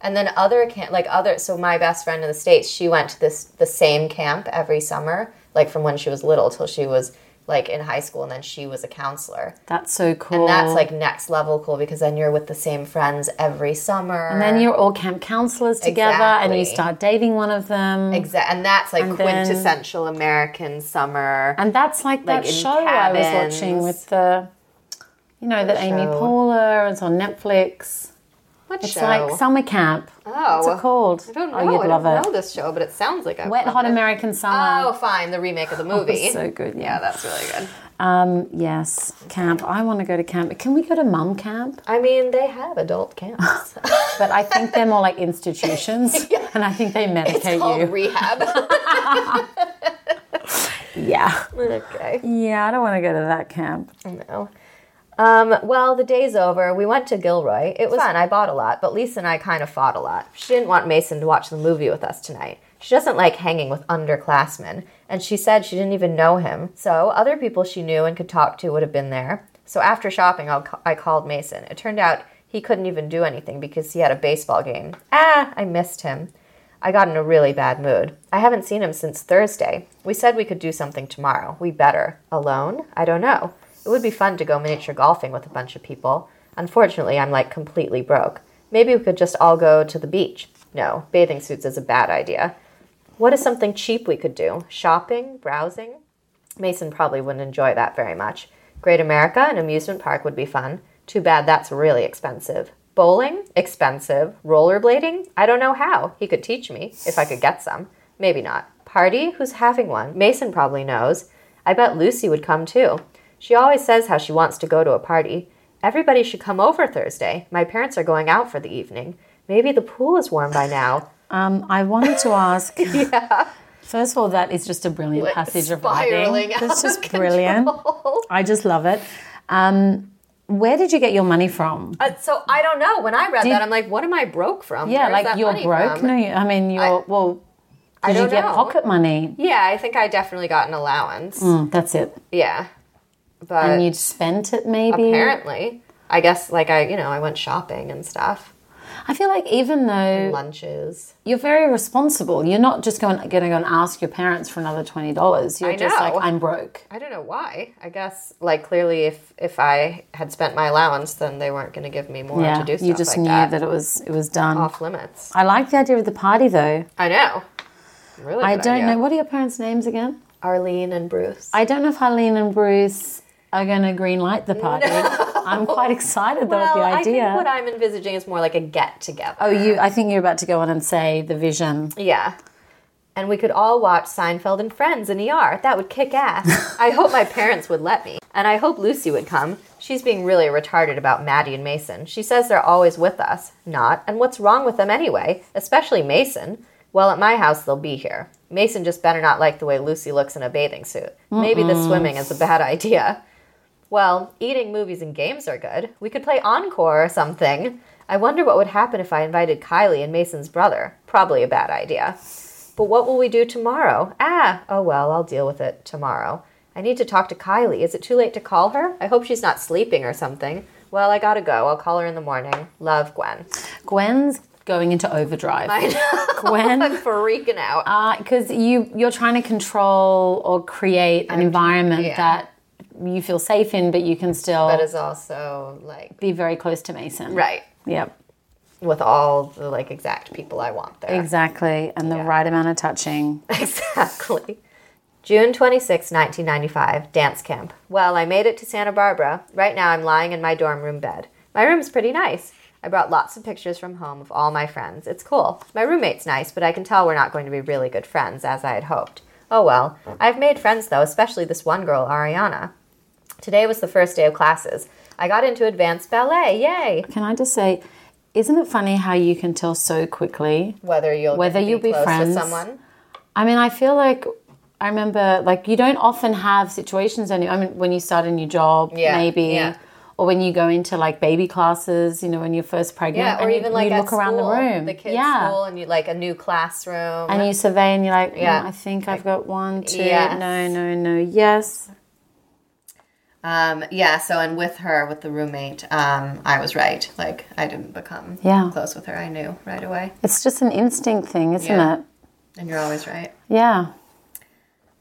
Speaker 1: And then other camp, like other, so my best friend in the states, she went to this the same camp every summer, like from when she was little till she was like in high school, and then she was a counselor.
Speaker 2: That's so cool.
Speaker 1: And that's like next level cool because then you're with the same friends every summer.
Speaker 2: and then you're all camp counselors together and you
Speaker 1: Exactly.
Speaker 2: start dating one of them.
Speaker 1: Exa- and that's like
Speaker 2: And then-
Speaker 1: quintessential American summer.
Speaker 2: And that's like,
Speaker 1: Like
Speaker 2: that
Speaker 1: in
Speaker 2: show I was
Speaker 1: cabins.
Speaker 2: watching with the you know, that Amy
Speaker 1: show?
Speaker 2: Paula, it's on Netflix.
Speaker 1: what
Speaker 2: It's
Speaker 1: show?
Speaker 2: like summer camp.
Speaker 1: oh,
Speaker 2: What's it called?
Speaker 1: I don't know.
Speaker 2: Oh, you'd
Speaker 1: I
Speaker 2: love
Speaker 1: don't
Speaker 2: it.
Speaker 1: know this show, but it sounds like I
Speaker 2: Wet Hot American Summer.
Speaker 1: Oh, fine, the remake of the movie.
Speaker 2: so good.
Speaker 1: yeah,
Speaker 2: Yeah.
Speaker 1: that's really good.
Speaker 2: Um, yes, camp. I want to go to camp. Can we go to mum camp?
Speaker 1: I mean, they have adult camps.
Speaker 2: But I think they're more
Speaker 1: [LAUGHS]
Speaker 2: like institutions, and I think they medicate
Speaker 1: Called
Speaker 2: you.
Speaker 1: rehab.
Speaker 2: Yeah.
Speaker 1: okay.
Speaker 2: Yeah, I don't want to go to that camp.
Speaker 1: No. Um, well, the day's over. We went to Gilroy. It was fun. I bought a lot, but Lisa and I kind of fought a lot. She didn't want Mason to watch the movie with us tonight. She doesn't like hanging with underclassmen, and she said she didn't even know him. So other people she knew and could talk to would have been there. So after shopping, I'll, ca- I called Mason. It turned out he couldn't even do anything because he had a baseball game. Ah, I missed him. I got in a really bad mood. I haven't seen him since Thursday. We said we could do something tomorrow. We better. Alone? I don't know. It would be fun to go miniature golfing with a bunch of people. Unfortunately, I'm like completely broke. Maybe we could just all go to the beach. No, bathing suits is a bad idea. What is something cheap we could do? Shopping? Browsing? Mason probably wouldn't enjoy that very much. Great America, an amusement park would be fun. Too bad that's really expensive. Bowling? Expensive. Rollerblading? I don't know how. He could teach me if I could get some. Maybe not. Party? Who's having one? Mason probably knows. I bet Lucy would come too. She always says how she wants to go to a party. Everybody should come over Thursday. My parents are going out for the evening. Maybe the pool is warm by now.
Speaker 2: Um, I wanted
Speaker 1: [LAUGHS]
Speaker 2: to ask. yeah. First of all, that is just a brilliant
Speaker 1: Like
Speaker 2: passage of
Speaker 1: spiraling
Speaker 2: writing.
Speaker 1: out
Speaker 2: It's
Speaker 1: of [LAUGHS]
Speaker 2: just brilliant. I just love it. Um, where did you get your money from?
Speaker 1: Uh, so I don't know. When I read that, I'm like, what am I broke from?
Speaker 2: Yeah,
Speaker 1: Where's
Speaker 2: like
Speaker 1: that
Speaker 2: you're
Speaker 1: money
Speaker 2: broke.
Speaker 1: from?
Speaker 2: No, you, I mean you're well. Did
Speaker 1: I
Speaker 2: you
Speaker 1: don't
Speaker 2: get
Speaker 1: know.
Speaker 2: pocket money?
Speaker 1: Yeah, I think I definitely got an allowance.
Speaker 2: Mm, that's it.
Speaker 1: Yeah, but
Speaker 2: And you'd spent it maybe.
Speaker 1: apparently, I guess like I, you know, I went shopping and stuff.
Speaker 2: I feel like even though
Speaker 1: lunches.
Speaker 2: you're very responsible, you're not just going, going to go and ask your parents for another $20. You're
Speaker 1: I
Speaker 2: just like,
Speaker 1: know.
Speaker 2: I'm broke.
Speaker 1: I don't know why. I guess like clearly, if if I had spent my allowance, then they weren't going to give me more
Speaker 2: Yeah.
Speaker 1: to do stuff
Speaker 2: You just
Speaker 1: like
Speaker 2: knew
Speaker 1: that.
Speaker 2: that. it was it was done.
Speaker 1: Off limits.
Speaker 2: I like the idea of the party though.
Speaker 1: I know. Really,
Speaker 2: I
Speaker 1: good
Speaker 2: don't
Speaker 1: idea.
Speaker 2: know. What are your parents' names again?
Speaker 1: Arlene and Bruce.
Speaker 2: I don't know if Harleen and Bruce are going to green light the party. I'm quite excited though
Speaker 1: well,
Speaker 2: at the
Speaker 1: I
Speaker 2: idea.
Speaker 1: think what I'm envisaging is more like a get together.
Speaker 2: oh, you! I think you're about to go on and say the vision.
Speaker 1: Yeah. And we could all watch Seinfeld and Friends in ER. That would kick ass. I hope my parents would let me. And I hope Lucy would come. She's being really retarded about Maddie and Mason. She says they're always with us. Not. And what's wrong with them anyway? Especially Mason. Well, at my house, they'll be here. Mason just better not like the way Lucy looks in a bathing suit. Maybe the swimming is a bad [LAUGHS] idea. Well, eating, movies, and games are good. We could play Encore or something. I wonder what would happen if I invited Kylie and Mason's brother. Probably a bad idea. But what will we do tomorrow? Ah, oh well, I'll deal with it tomorrow. I need to talk to Kylie. Is it too late to call her? I hope she's not sleeping or something. Well, I gotta go. I'll call her in the morning. Love, Gwen. [LAUGHS]
Speaker 2: Gwen's going into overdrive.
Speaker 1: I know. I'm [LAUGHS]
Speaker 2: Gwen,
Speaker 1: freaking out.
Speaker 2: because you you're trying to control or create an environment
Speaker 1: yeah.
Speaker 2: that you feel safe in, but you can still
Speaker 1: That is also like
Speaker 2: be very close to Mason.
Speaker 1: right
Speaker 2: Yep.
Speaker 1: with all the like exact people I want there.
Speaker 2: Exactly, and the right amount of touching.
Speaker 1: Exactly. June 26, 1995, dance camp. Well, I made it to Santa Barbara. Right now, I'm lying in my dorm room bed. My room's pretty nice. I brought lots of pictures from home of all my friends. It's cool. My roommate's nice, but I can tell we're not going to be really good friends, as I had hoped. Oh well. I've made friends, though, especially this one girl, Ariana. Today was the first day of classes. I got into advanced ballet. Yay!
Speaker 2: Can I just say, isn't it funny how you can tell so quickly
Speaker 1: Whether you'll
Speaker 2: Whether
Speaker 1: be
Speaker 2: you'll be
Speaker 1: close
Speaker 2: friends.
Speaker 1: with someone,
Speaker 2: I mean, I feel like I remember like you don't often have situations any. I mean, when you start a new job,
Speaker 1: Yeah,
Speaker 2: maybe,
Speaker 1: yeah.
Speaker 2: or when you go into like baby classes, you know, when you're first pregnant,
Speaker 1: yeah, or
Speaker 2: and you-
Speaker 1: even like
Speaker 2: you
Speaker 1: at
Speaker 2: look around the
Speaker 1: school,
Speaker 2: room,
Speaker 1: the kids'
Speaker 2: yeah,
Speaker 1: school, and you like a new classroom,
Speaker 2: and you survey and you're like,
Speaker 1: Yeah.
Speaker 2: yeah, I think I've got one, two,
Speaker 1: Yes.
Speaker 2: no, no, no, yes,
Speaker 1: Um, yeah, so and with her, with the roommate, um, I was right. Like I didn't become
Speaker 2: Yeah.
Speaker 1: close with her. I knew right away.
Speaker 2: it's just an instinct thing, isn't
Speaker 1: Yeah.
Speaker 2: it?
Speaker 1: And you're always right.
Speaker 2: Yeah,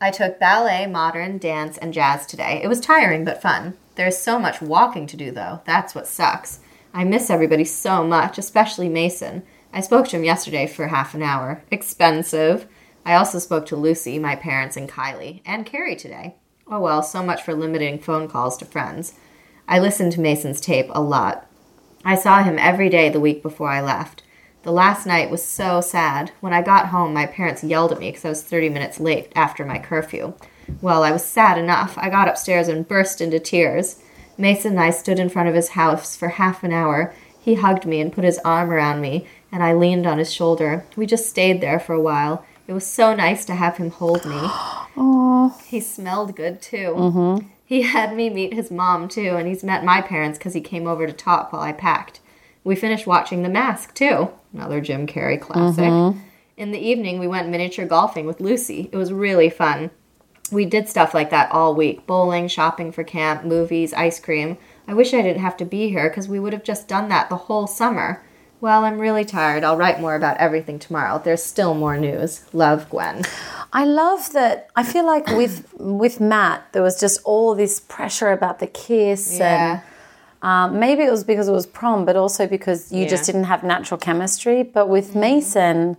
Speaker 1: I took ballet, modern, dance, and jazz today. It was tiring but fun. There's so much walking to do though. That's what sucks. I miss everybody so much, especially Mason. I spoke to him yesterday for half an hour. Expensive. I also spoke to Lucy, my parents, and Kylie, and Carrie today. Oh well, so much for limiting phone calls to friends. I listened to Mason's tape a lot. I saw him every day the week before I left. The last night was so sad. When I got home, my parents yelled at me because I was 30 minutes late after my curfew. Well, I was sad enough. I got upstairs and burst into tears. Mason and I stood in front of his house for half an hour. He hugged me and put his arm around me, and I leaned on his shoulder. We just stayed there for a while. It was so nice to have him hold me. He smelled good too. Mm-hmm. He had me meet his mom too, and he's met my parents because he came over to talk while I packed. We finished watching The Mask too, another Jim Carrey classic. In the evening, we went miniature golfing with Lucy. It was really fun. We did stuff like that all week bowling, shopping for camp, movies, ice cream. I wish I didn't have to be here because we would have just done that the whole summer. Well, I'm really tired. I'll write more about everything tomorrow. There's still more news. Love, Gwen.
Speaker 2: I love that. I feel like with with Matt, there was just all this pressure about the kiss,
Speaker 1: Yeah.
Speaker 2: and um, maybe it was because it was prom, but also because you just
Speaker 1: Yeah. Mm.
Speaker 2: didn't have natural chemistry. But with Mason,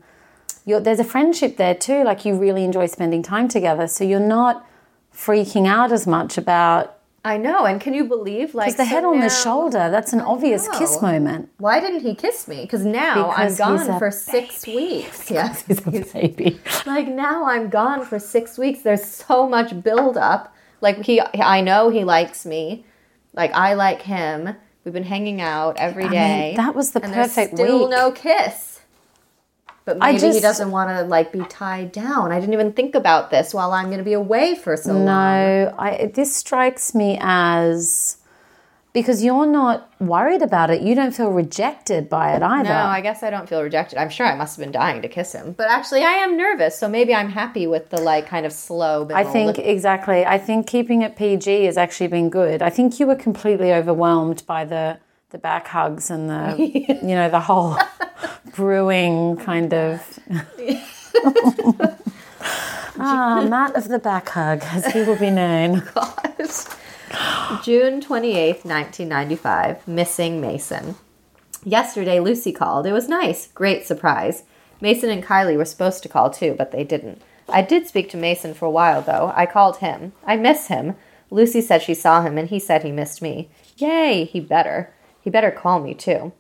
Speaker 2: you're, there's a friendship there too. Like you really enjoy spending time together, so you're not freaking out as much about
Speaker 1: I know, and can you believe like
Speaker 2: it's the head
Speaker 1: so
Speaker 2: on
Speaker 1: now-
Speaker 2: the shoulder. That's an obvious kiss
Speaker 1: know. [LAUGHS]
Speaker 2: moment.
Speaker 1: Why didn't he kiss me? Because now
Speaker 2: Because
Speaker 1: I'm
Speaker 2: he's a
Speaker 1: gone for six
Speaker 2: [LAUGHS]
Speaker 1: weeks. Yes,
Speaker 2: He's a baby.
Speaker 1: like now I'm gone for six weeks. There's so much buildup. Like he, I know he likes me. Like I like him. We've been hanging out every
Speaker 2: mean,
Speaker 1: day.
Speaker 2: that was the
Speaker 1: and there's
Speaker 2: perfect
Speaker 1: Still
Speaker 2: week.
Speaker 1: no kiss. But maybe he
Speaker 2: just-
Speaker 1: doesn't want to like be tied down. I didn't even think about this while I'm going to be away for so long.
Speaker 2: No, I, this strikes me as because you're not worried about it. You don't feel rejected by it either.
Speaker 1: No, I guess I don't feel rejected. I'm sure I must have been dying to kiss him, but actually, I am nervous. So maybe I'm happy with the like kind of slow. [LAUGHS]
Speaker 2: I think exactly. I think keeping it PG has actually been good. I think you were completely overwhelmed by the the back hugs and
Speaker 1: [LAUGHS]
Speaker 2: the you know the whole brewing
Speaker 1: [LAUGHS]
Speaker 2: kind of. ah, Matt of the back hug, as he will be known.
Speaker 1: June 28th, 1995. Missing Mason. Yesterday, Lucy called. It was nice. Great surprise. Mason and Kylie were supposed to call too, but they didn't. I did speak to Mason for a while, though. I called him. I miss him. Lucy said she saw him, and he said he missed me. Yay, he better. He better call me too.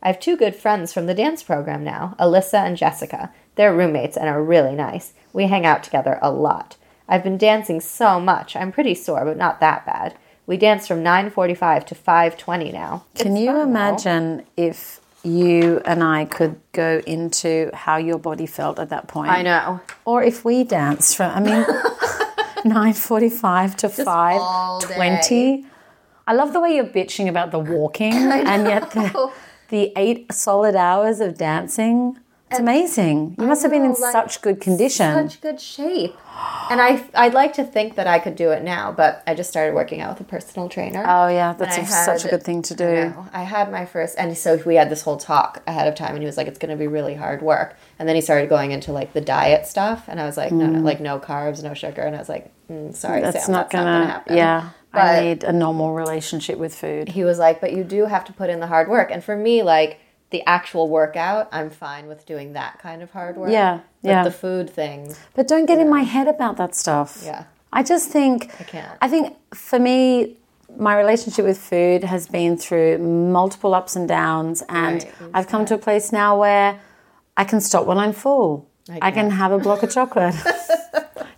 Speaker 1: I have two good friends from the dance program now, Alyssa and Jessica. They're roommates and are really nice. We hang out together a lot. I've been dancing so much. I'm pretty sore, but not that bad. We dance from 9:45 to 5:20 now. [LAUGHS]
Speaker 2: Can
Speaker 1: It's
Speaker 2: you
Speaker 1: fun, though.
Speaker 2: imagine if you and I could go into how your body felt at that point?
Speaker 1: I know.
Speaker 2: Or if we danced from, I mean,
Speaker 1: [LAUGHS]
Speaker 2: 9.45 to
Speaker 1: all
Speaker 2: 5.20. I love the way you're bitching about
Speaker 1: [LAUGHS]
Speaker 2: the walking and yet the, the eight solid hours of dancing. It's amazing. You must have been in
Speaker 1: know, like,
Speaker 2: such good condition.
Speaker 1: Such good shape. And I I'd like to think that I could do it now, but I just started working out with a personal trainer.
Speaker 2: oh, yeah, that's
Speaker 1: I
Speaker 2: a- such a
Speaker 1: had-
Speaker 2: good thing to do.
Speaker 1: I know. I had my first, and so we had this whole talk ahead of time, and he was like, "It's going to be really hard work." And then he started going into like the diet stuff, and I was like, "No, no, like no carbs, no sugar," and I was like, mm, "Sorry,
Speaker 2: Mm. That's
Speaker 1: Sam,
Speaker 2: not
Speaker 1: that's not
Speaker 2: gonna,
Speaker 1: going to happen."
Speaker 2: yeah. I
Speaker 1: But-
Speaker 2: need a normal relationship with food.
Speaker 1: He was like, "But you do have to put in the hard work," and for me, like the actual workout, I'm fine with doing that kind of hard work.
Speaker 2: Yeah,
Speaker 1: but
Speaker 2: yeah.
Speaker 1: The food thing,
Speaker 2: But don't get in my head about that stuff.
Speaker 1: Yeah.
Speaker 2: I just think I
Speaker 1: can't.
Speaker 2: think for me my relationship with food has been through multiple ups and downs and
Speaker 1: Right,
Speaker 2: I've come to a place now where I can stop when I'm full. I, can have a block of
Speaker 1: [LAUGHS]
Speaker 2: chocolate.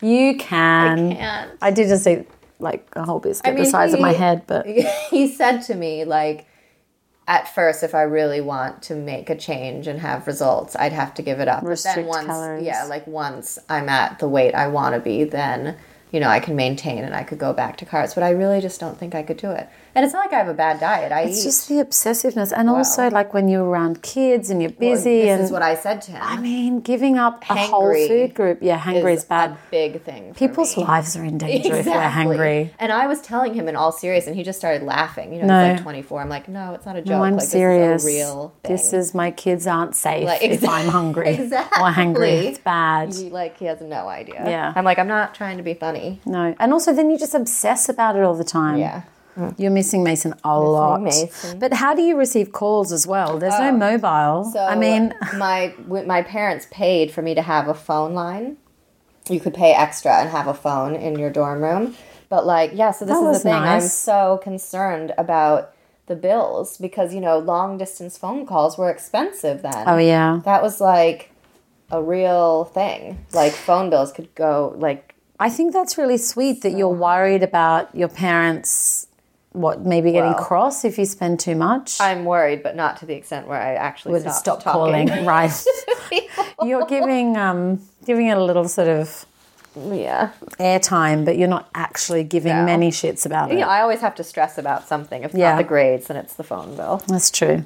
Speaker 2: you can. I
Speaker 1: can't.
Speaker 2: did just eat like a whole biscuit
Speaker 1: mean,
Speaker 2: the size of my
Speaker 1: he-
Speaker 2: head, but
Speaker 1: [LAUGHS] he said to me like at first if i really want to make a change and have results i'd have to give it up But
Speaker 2: Restrict
Speaker 1: once
Speaker 2: calories.
Speaker 1: yeah like once i'm at the weight i want to be then you know i can maintain and i could go back to carbs but i really just don't think i could do it and it's not like i have a bad diet i
Speaker 2: it's
Speaker 1: eat
Speaker 2: just the obsessiveness and also like when you're around kids and you're
Speaker 1: Well,
Speaker 2: busy
Speaker 1: this
Speaker 2: and
Speaker 1: is what i said to him
Speaker 2: I mean giving up a whole
Speaker 1: Hangry
Speaker 2: food group. Yeah, hangry is, bad.
Speaker 1: a big thing for
Speaker 2: People's
Speaker 1: me.
Speaker 2: lives are in danger if we're hangry.
Speaker 1: And I was telling him in all seriousness, and he just started laughing. You know,
Speaker 2: No.
Speaker 1: he's like 24. I'm like, no, it's not a joke.
Speaker 2: No, I'm
Speaker 1: like,
Speaker 2: serious.
Speaker 1: This is a real thing.
Speaker 2: This is my kids aren't safe
Speaker 1: Like,
Speaker 2: if I'm
Speaker 1: [LAUGHS]
Speaker 2: hungry
Speaker 1: exactly.
Speaker 2: or hungry. It's bad.
Speaker 1: He, like he has no idea.
Speaker 2: Yeah.
Speaker 1: I'm like, I'm not trying to be funny.
Speaker 2: No, and also then you just obsess about it all the time.
Speaker 1: Yeah.
Speaker 2: You're missing Mason a lot.
Speaker 1: Mason.
Speaker 2: But how do you receive calls as well? There's no mobile.
Speaker 1: Oh, So
Speaker 2: I mean, [LAUGHS]
Speaker 1: my w- my parents paid for me to have a phone line. You could pay extra and have a phone in your dorm room, but like, yeah. So this
Speaker 2: That
Speaker 1: is
Speaker 2: was
Speaker 1: the thing. I'm
Speaker 2: nice.
Speaker 1: so concerned about the bills because you know long distance phone calls were expensive then.
Speaker 2: oh yeah.
Speaker 1: That was like a real thing. Like phone bills could go like
Speaker 2: I think that's really sweet that you're worried about your parents. What maybe getting
Speaker 1: Well.
Speaker 2: cross if you spend too much?
Speaker 1: I'm worried, but not to the extent where I actually
Speaker 2: would
Speaker 1: stopped
Speaker 2: stop
Speaker 1: talking. [LAUGHS]
Speaker 2: calling, right? you're giving um, giving it a little sort of
Speaker 1: [LAUGHS] yeah.
Speaker 2: airtime, but you're not actually giving
Speaker 1: No.
Speaker 2: many shits about it.
Speaker 1: You know, I always have to stress about something. If it's
Speaker 2: Yeah.
Speaker 1: not the grades, then it's the phone bill.
Speaker 2: That's true.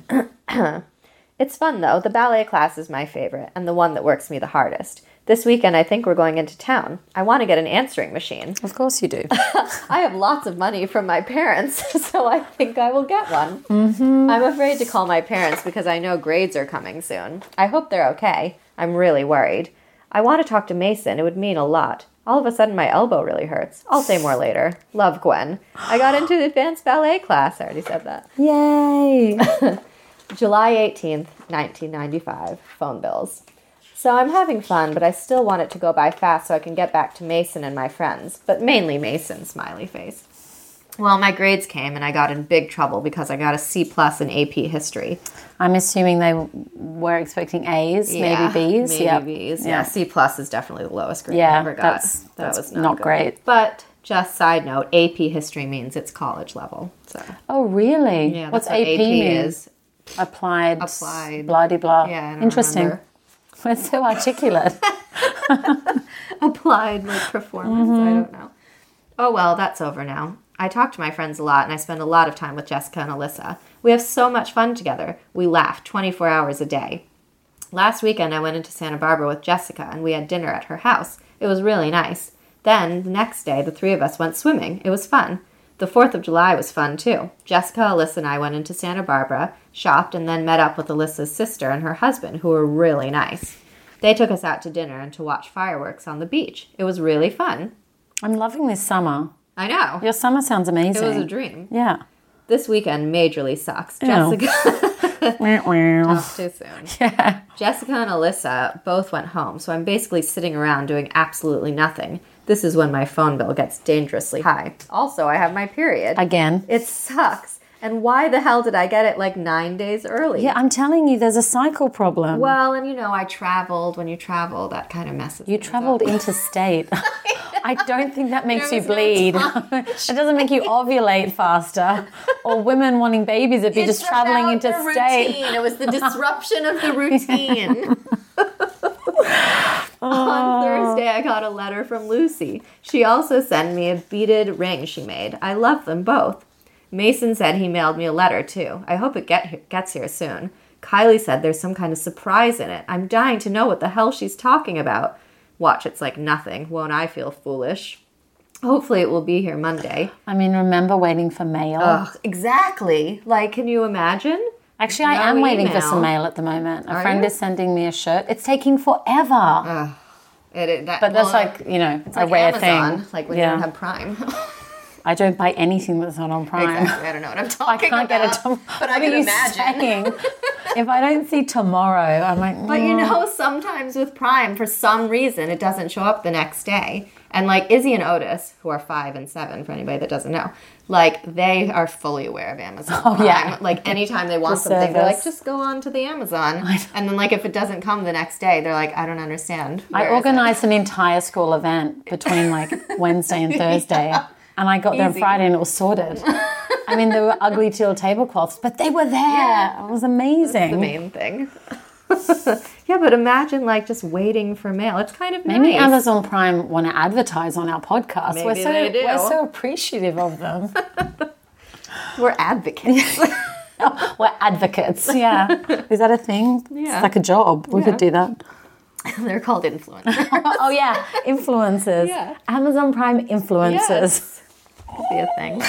Speaker 1: It's fun though. The ballet class is my favorite and the one that works me the hardest. This weekend, I think we're going into town. I want to get an answering machine.
Speaker 2: Of course
Speaker 1: [LAUGHS]
Speaker 2: you do.
Speaker 1: I have lots of money from my parents, [LAUGHS] so I think I will get one. I'm afraid to call my parents because I know grades are coming soon. I hope they're okay. I'm really worried. I want to talk to Mason. It would mean a lot. All of a sudden, my elbow really hurts. I'll say more later. Love, Gwen. I got into advanced ballet class. I already said that. [LAUGHS]
Speaker 2: Yay!
Speaker 1: July 18th, 1995. Phone bills. So I'm having fun, but I still want it to go by fast so I can get back to Mason and my friends, but mainly Mason, smiley face. Well, my grades came and I got in big trouble because I got a C plus in AP history.
Speaker 2: I'm assuming they were expecting A's,
Speaker 1: Yeah,
Speaker 2: maybe B's.
Speaker 1: Maybe
Speaker 2: yeah,
Speaker 1: B's. Yeah. C plus is definitely the lowest grade I
Speaker 2: Yeah,
Speaker 1: ever got.
Speaker 2: that's-
Speaker 1: that
Speaker 2: that's
Speaker 1: was not,
Speaker 2: not
Speaker 1: good.
Speaker 2: great.
Speaker 1: But just side note, AP history means it's college level. So
Speaker 2: Oh, really?
Speaker 1: yeah,
Speaker 2: What's
Speaker 1: that's what
Speaker 2: AP, mean?
Speaker 1: is.
Speaker 2: Applied.
Speaker 1: Applied.
Speaker 2: Blah de blah.
Speaker 1: Yeah, I don't
Speaker 2: Interesting.
Speaker 1: remember.
Speaker 2: [LAUGHS] We're
Speaker 1: [LAUGHS]
Speaker 2: so articulate.
Speaker 1: applied like performance. I don't know. Oh well, that's over now. I talk to my friends a lot and I spend a lot of time with Jessica and Alyssa. We have so much fun together. We laugh 24 hours a day. Last weekend, I went into Santa Barbara with Jessica and we had dinner at her house. It was really nice. Then, the next day, the three of us went swimming. It was fun. The 4th of July was fun too. Jessica, Alyssa, and I went into Santa Barbara, shopped, and then met up with Alyssa's sister and her husband, who were really nice. They took us out to dinner and to watch fireworks on the beach. It was really fun.
Speaker 2: I'm loving this summer.
Speaker 1: I know.
Speaker 2: Your summer sounds
Speaker 1: It
Speaker 2: amazing.
Speaker 1: was a dream. [LAUGHS]
Speaker 2: yeah.
Speaker 1: This weekend majorly sucks.
Speaker 2: Ew.
Speaker 1: Jessica. [LAUGHS]
Speaker 2: yeah.
Speaker 1: Too [LAUGHS] soon. Jessica and Alyssa both went home, so I'm basically sitting around doing absolutely nothing. This is when my phone bill gets dangerously high. Also, I have my period.
Speaker 2: Again.
Speaker 1: It sucks. And why the hell did I get it like nine days early?
Speaker 2: Yeah, I'm telling you, there's a cycle problem.
Speaker 1: Well, and you know, I traveled. When you travel, that kind of messes.
Speaker 2: you traveled
Speaker 1: [LAUGHS]
Speaker 2: interstate. I don't think that makes
Speaker 1: There was
Speaker 2: you
Speaker 1: no
Speaker 2: bleed. [LAUGHS] it doesn't make you ovulate faster. Or women wanting babies if you're just traveling interstate.
Speaker 1: It was the disruption of the
Speaker 2: [LAUGHS]
Speaker 1: routine. [LAUGHS] On Thursday, I got a letter from Lucy. She also sent me a beaded ring she made. I love them both. Mason said he mailed me a letter too. I hope it get, gets here soon. Kylie said there's some kind of surprise in it. I'm dying to know what the hell she's talking about. Watch, it's like nothing. Won't I feel foolish? Hopefully, it will be here Monday.
Speaker 2: I mean, remember waiting for mail?
Speaker 1: Ugh, exactly. Like, can you imagine?
Speaker 2: Actually, I
Speaker 1: no
Speaker 2: am waiting for
Speaker 1: email.
Speaker 2: some mail at the moment. A friend
Speaker 1: you?
Speaker 2: is sending me a shirt. It's taking forever.
Speaker 1: It, it- that,
Speaker 2: but that's
Speaker 1: well,
Speaker 2: like, you know, a
Speaker 1: like
Speaker 2: rare
Speaker 1: Amazon,
Speaker 2: thing.
Speaker 1: Like when
Speaker 2: yeah.
Speaker 1: you don't have Prime. [LAUGHS]
Speaker 2: I don't buy anything that's not on Prime.
Speaker 1: exactly. I don't know what I'm
Speaker 2: [LAUGHS] I
Speaker 1: talking
Speaker 2: can't
Speaker 1: about.
Speaker 2: get a tomorrow.
Speaker 1: But I can imagine. [LAUGHS]
Speaker 2: if I don't see tomorrow, I'm like,
Speaker 1: But you
Speaker 2: "Mm."
Speaker 1: know, sometimes with Prime, for some reason, it doesn't show up the next day. And like Izzy and Otis, who are five and seven, for anybody that doesn't know, like they are fully aware of
Speaker 2: [LAUGHS]
Speaker 1: Amazon. Prime.
Speaker 2: Oh, yeah.
Speaker 1: Like anytime they want something, they're
Speaker 2: service.
Speaker 1: like, just go on to the Amazon. And then like if it doesn't come the next day, they're like, I don't understand.
Speaker 2: I
Speaker 1: Where is it?"
Speaker 2: organized an entire school event
Speaker 1: [LAUGHS]
Speaker 2: between like Wednesday and Thursday. And I got there on
Speaker 1: Easy.
Speaker 2: Friday and it was sorted. I mean, there
Speaker 1: [LAUGHS]
Speaker 2: were ugly teal tablecloths, but they were there. It was amazing.
Speaker 1: the main thing. Mm. [LAUGHS] yeah, but imagine like just waiting for mail. It's kind of
Speaker 2: Maybe
Speaker 1: nice.
Speaker 2: Amazon Prime want to advertise on our podcast. we're
Speaker 1: Maybe
Speaker 2: so
Speaker 1: they do.
Speaker 2: we're so appreciative of them. [LAUGHS]
Speaker 1: We're advocates. [LAUGHS]
Speaker 2: we're advocates. Yeah, is that a thing?
Speaker 1: Yeah.
Speaker 2: it's like a job. We could do that.
Speaker 1: They're called influencers.
Speaker 2: [LAUGHS] oh yeah, influencers.
Speaker 1: Yeah.
Speaker 2: Amazon Prime influencers.
Speaker 1: [LAUGHS] Could be a thing.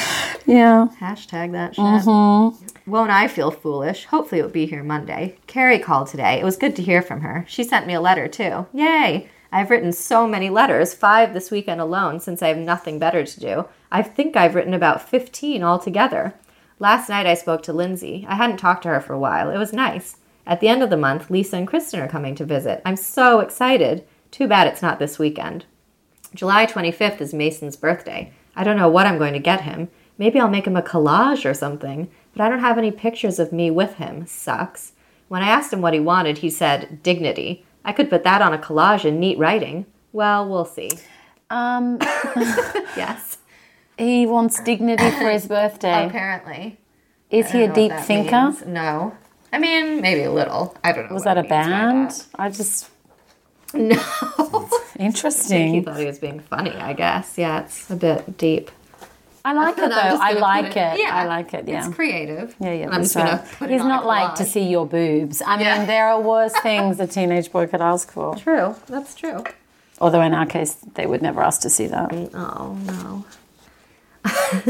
Speaker 2: Yeah.
Speaker 1: Hashtag that shit. Won't I feel foolish? Hopefully it'll be here Monday. Carrie called today. It was good to hear from her. She sent me a letter too. Yay! I've written so many letters, five this weekend alone, since I have nothing better to do. I think I've written about 15 altogether. Last night I spoke to Lindsay. I hadn't talked to her for a while. It was nice. At the end of the month, Lisa and Kristen are coming to visit. I'm so excited. Too bad it's not this weekend. July 25th is Mason's birthday. I don't know what I'm going to get him. Maybe I'll make him a collage or something, but I don't have any pictures of me with him. Sucks. When I asked him what he wanted, he said, dignity. I could put that on a collage in neat writing. Well, we'll see. [LAUGHS]
Speaker 2: Um,
Speaker 1: Yes.
Speaker 2: he wants dignity for his birthday.
Speaker 1: Apparently.
Speaker 2: Is he a deep thinker?
Speaker 1: No. I mean, maybe a little. I don't know.
Speaker 2: Was that a band? I just [LAUGHS]
Speaker 1: No. he
Speaker 2: interesting.
Speaker 1: thought he was being funny, I guess. Yeah, it's a bit deep.
Speaker 2: I like it though.
Speaker 1: And I'm just
Speaker 2: I
Speaker 1: gonna
Speaker 2: like
Speaker 1: put
Speaker 2: it. I like it. Yeah.
Speaker 1: It's creative.
Speaker 2: Yeah, yeah,
Speaker 1: And I'm
Speaker 2: that's
Speaker 1: just gonna
Speaker 2: right.
Speaker 1: put it
Speaker 2: He's
Speaker 1: on a
Speaker 2: not like to
Speaker 1: collage.
Speaker 2: see your boobs. I mean,
Speaker 1: Yeah.
Speaker 2: there are worse
Speaker 1: [LAUGHS]
Speaker 2: things a teenage boy could ask for.
Speaker 1: True. That's true.
Speaker 2: Although in our case, they would never ask to see that.
Speaker 1: Oh no. [LAUGHS]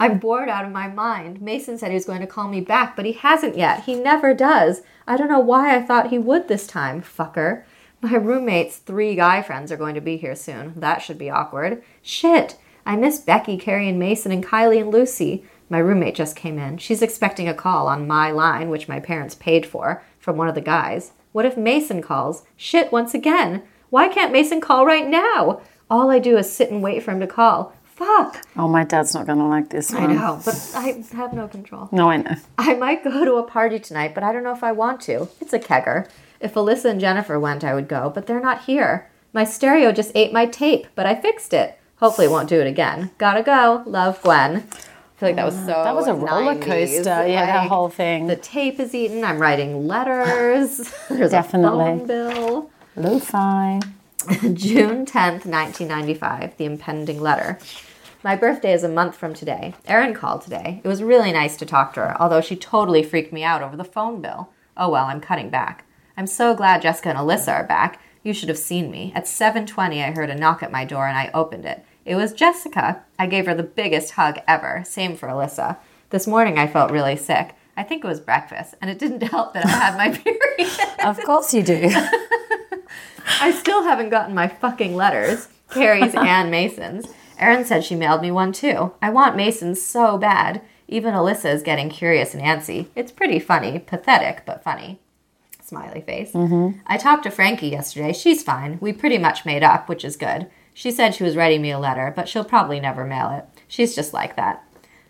Speaker 1: I'm bored out of my mind. Mason said he was going to call me back, but he hasn't yet. He never does. I don't know why I thought he would this time, fucker. My roommate's three guy friends are going to be here soon. That should be awkward. Shit. I miss Becky, Carrie, and Mason, and Kylie and Lucy. My roommate just came in. She's expecting a call on my line, which my parents paid for, from one of the guys. What if Mason calls? Shit, once again. Why can't Mason call right now? All I do is sit and wait for him to call. Fuck.
Speaker 2: Oh, my dad's not going to like this
Speaker 1: I
Speaker 2: one.
Speaker 1: know, but I have no control.
Speaker 2: No, I know.
Speaker 1: I might go to a party tonight, but I don't know if I want to. It's a kegger. If Alyssa and Jennifer went, I would go, but they're not here. My stereo just ate my tape, but I fixed it. Hopefully, it won't do it again. Gotta go. Love, Gwen. I feel like that was so.
Speaker 2: Uh, That was a roller
Speaker 1: 90s.
Speaker 2: coaster. Yeah, that
Speaker 1: Oh, Like,
Speaker 2: whole thing.
Speaker 1: The tape is eaten. I'm writing letters. [LAUGHS] There's
Speaker 2: Definitely.
Speaker 1: a phone bill.
Speaker 2: Lo-fi.
Speaker 1: [LAUGHS] June 10th, 1995, the impending letter. My birthday is a month from today. Erin called today. It was really nice to talk to her, although she totally freaked me out over the phone bill. Oh well, I'm cutting back. I'm so glad Jessica and Alyssa are back. You should have seen me. At 7:20, I heard a knock at my door and I opened it. It was Jessica. I gave her the biggest hug ever. Same for Alyssa. This morning I felt really sick. I think it was breakfast, and it didn't [LAUGHS] help that I had my period. [LAUGHS]
Speaker 3: Of course you do.
Speaker 1: I still haven't gotten my fucking letters, Carrie's and Mason's. Erin said she mailed me one too. I want Mason's so bad. Even Alyssa is getting curious and antsy. It's pretty funny. Pathetic, but funny. Smiley face. I talked to Frankie yesterday. She's fine. We pretty much made up, which is good. She said she was writing me a letter, but she'll probably never mail it. She's just like that.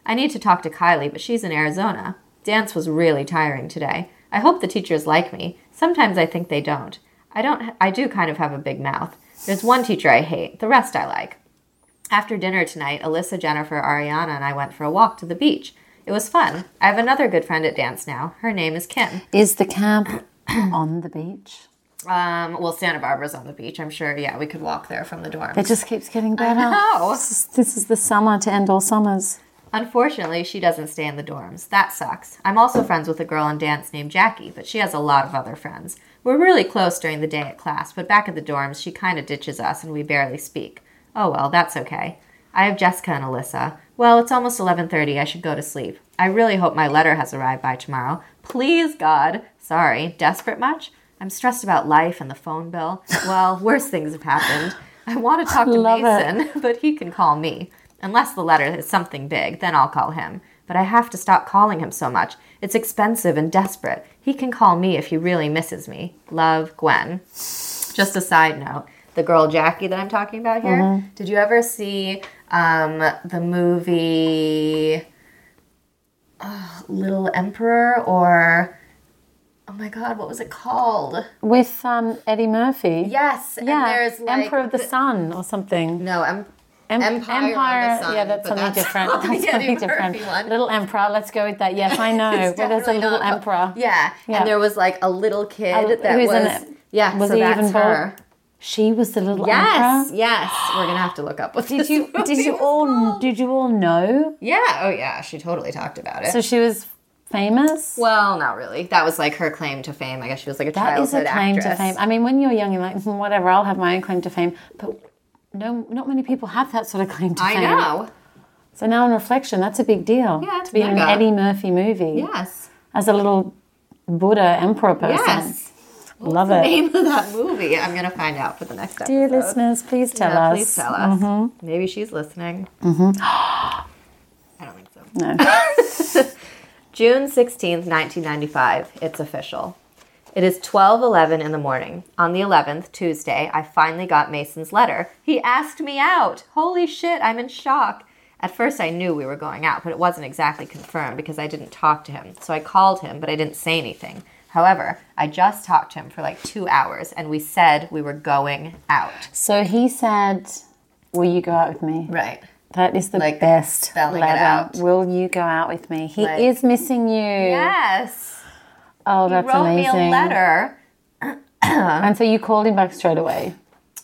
Speaker 1: I need to talk to Kylie, but she's in Arizona. Dance was really tiring today. I hope the teachers like me. Sometimes I think they don't. I don't I do kind of have a big mouth. There's one teacher I hate, the rest I like. After dinner tonight, Alyssa, Jennifer, Ariana, and I went for a walk to the beach. It was fun. I have another good friend at dance now. Her name is Kim.
Speaker 2: Is the camp on the beach?
Speaker 1: Um, well, Santa Barbara's on the beach. I'm sure. Yeah, we could walk there from the dorm. [LAUGHS]
Speaker 2: It just keeps getting better.
Speaker 1: know.
Speaker 2: This is, this is the summer to end all summers.
Speaker 1: Unfortunately, she doesn't stay in the dorms. That sucks. I'm also friends with a girl in dance named Jackie, but she has a lot of other friends. We're really close during the day at class, but back at the dorms, she kind of ditches us and we barely speak. Oh well, that's okay. I have Jessica and Alyssa. Well, it's almost 11:30. I should go to sleep. I really hope my letter has arrived by tomorrow. Please God. Sorry. Desperate much? I'm stressed about life and the phone bill. Well, worse things have happened. I want to talk to
Speaker 2: [LAUGHS] Love it.
Speaker 1: Mason [LAUGHS] but he can call me. Unless the letter is something big, then I'll call him. But I have to stop calling him so much. It's expensive and desperate. He can call me if he really misses me. Love, Gwen. Just a side note the girl Jackie that I'm talking about here,
Speaker 2: Mm-hmm.
Speaker 1: did you ever see um, the movie uh, Little Emperor or. Oh my god, what was it called?
Speaker 2: With um, Eddie Murphy.
Speaker 1: Yes,
Speaker 2: Yeah,
Speaker 1: and there's like
Speaker 2: Emperor of the Sun or something.
Speaker 1: No, em-
Speaker 2: Em-
Speaker 1: Empire on the Sun,
Speaker 2: yeah,
Speaker 1: but
Speaker 2: that's something
Speaker 1: that's [LAUGHS]
Speaker 2: different.
Speaker 1: not the
Speaker 2: That's something
Speaker 1: Eddie
Speaker 2: different.
Speaker 1: Murphy one.
Speaker 2: Little Emperor, let's go with that. Yes,
Speaker 1: [LAUGHS]
Speaker 2: I know.
Speaker 1: It's
Speaker 2: But there's a
Speaker 1: definitely
Speaker 2: little
Speaker 1: not-
Speaker 2: Emperor.
Speaker 1: Yeah.
Speaker 2: Yeah.
Speaker 1: and there was like a little kid
Speaker 2: A-
Speaker 1: that
Speaker 2: who's
Speaker 1: was.
Speaker 2: in it?
Speaker 1: Yeah,
Speaker 2: Was
Speaker 1: so
Speaker 2: he
Speaker 1: that's
Speaker 2: even bald?
Speaker 1: her.
Speaker 2: She was the little
Speaker 1: Yes, [LAUGHS]
Speaker 2: Emperor.
Speaker 1: yes. We're gonna have to look up what [LAUGHS]
Speaker 2: Did you did you all did you all know?
Speaker 1: Yeah. Oh yeah. She totally talked about it.
Speaker 2: So she was famous.
Speaker 1: well, not really. That was like her claim to fame. I guess she was like a
Speaker 2: That
Speaker 1: childhood
Speaker 2: is a claim
Speaker 1: actress.
Speaker 2: to fame. I mean, when you're young, you're like, "Hmm, whatever, I'll have my own claim to fame. But no, not many people have that sort of claim to
Speaker 1: I
Speaker 2: fame.
Speaker 1: know.
Speaker 2: So now, in reflection, that's a big deal.
Speaker 1: Yeah, it's
Speaker 2: to be in an
Speaker 1: mega.
Speaker 2: Eddie Murphy movie
Speaker 1: Yes.
Speaker 2: as a little Buddha emperor person.
Speaker 1: Yes.
Speaker 2: Love
Speaker 1: [LAUGHS]
Speaker 2: it.
Speaker 1: Name of that movie. I'm gonna find out for the next episode.
Speaker 2: Dear listeners, Mm-hmm. please tell
Speaker 1: Yeah,
Speaker 2: us.
Speaker 1: Please tell us. Maybe she's listening.
Speaker 2: Mm-hmm.
Speaker 1: [GASPS] I don't think so.
Speaker 2: No.
Speaker 1: June 16th, 1995. It's official. It is 12:11 in the morning. On the 11th, Tuesday, I finally got Mason's letter. He asked me out. Holy shit, I'm in shock. At first I knew we were going out, but it wasn't exactly confirmed because I didn't talk to him. So I called him, but I didn't say anything. However, I just talked to him for like 2 hours and we said we were going out.
Speaker 2: So he said, Will you go out with me?
Speaker 1: Right.
Speaker 2: That is the
Speaker 1: Like,
Speaker 2: best
Speaker 1: spelling it
Speaker 2: letter.
Speaker 1: out.
Speaker 2: Will you go out with me? He
Speaker 1: Like-
Speaker 2: is missing you.
Speaker 1: Yes.
Speaker 2: Oh, that's
Speaker 1: wrote
Speaker 2: amazing.
Speaker 1: me a letter.
Speaker 2: And so you called him back straight away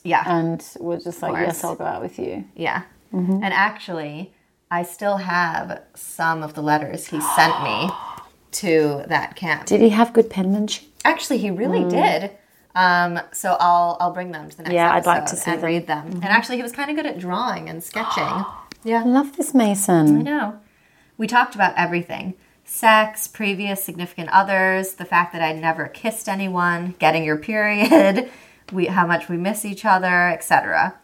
Speaker 1: Yeah.
Speaker 2: and was just like,
Speaker 1: course.
Speaker 2: Yes, I'll go out with you.
Speaker 1: yeah.
Speaker 2: Mm-hmm.
Speaker 1: And actually, I still have some of the letters he sent me to that camp.
Speaker 2: Did Mm. he have good penmanship?
Speaker 1: Actually, he really did. Um, so I'll I'll bring them to the next
Speaker 2: Yeah, I'd
Speaker 1: episode
Speaker 2: like to see
Speaker 1: and
Speaker 2: them. Mm-hmm.
Speaker 1: read them. And actually, he was kind of good at drawing and sketching.
Speaker 2: I love this Mason.
Speaker 1: No. We talked about everything sex, previous significant others, the fact that I never kissed anyone, getting your period, [LAUGHS] we, how much we miss each other, etc.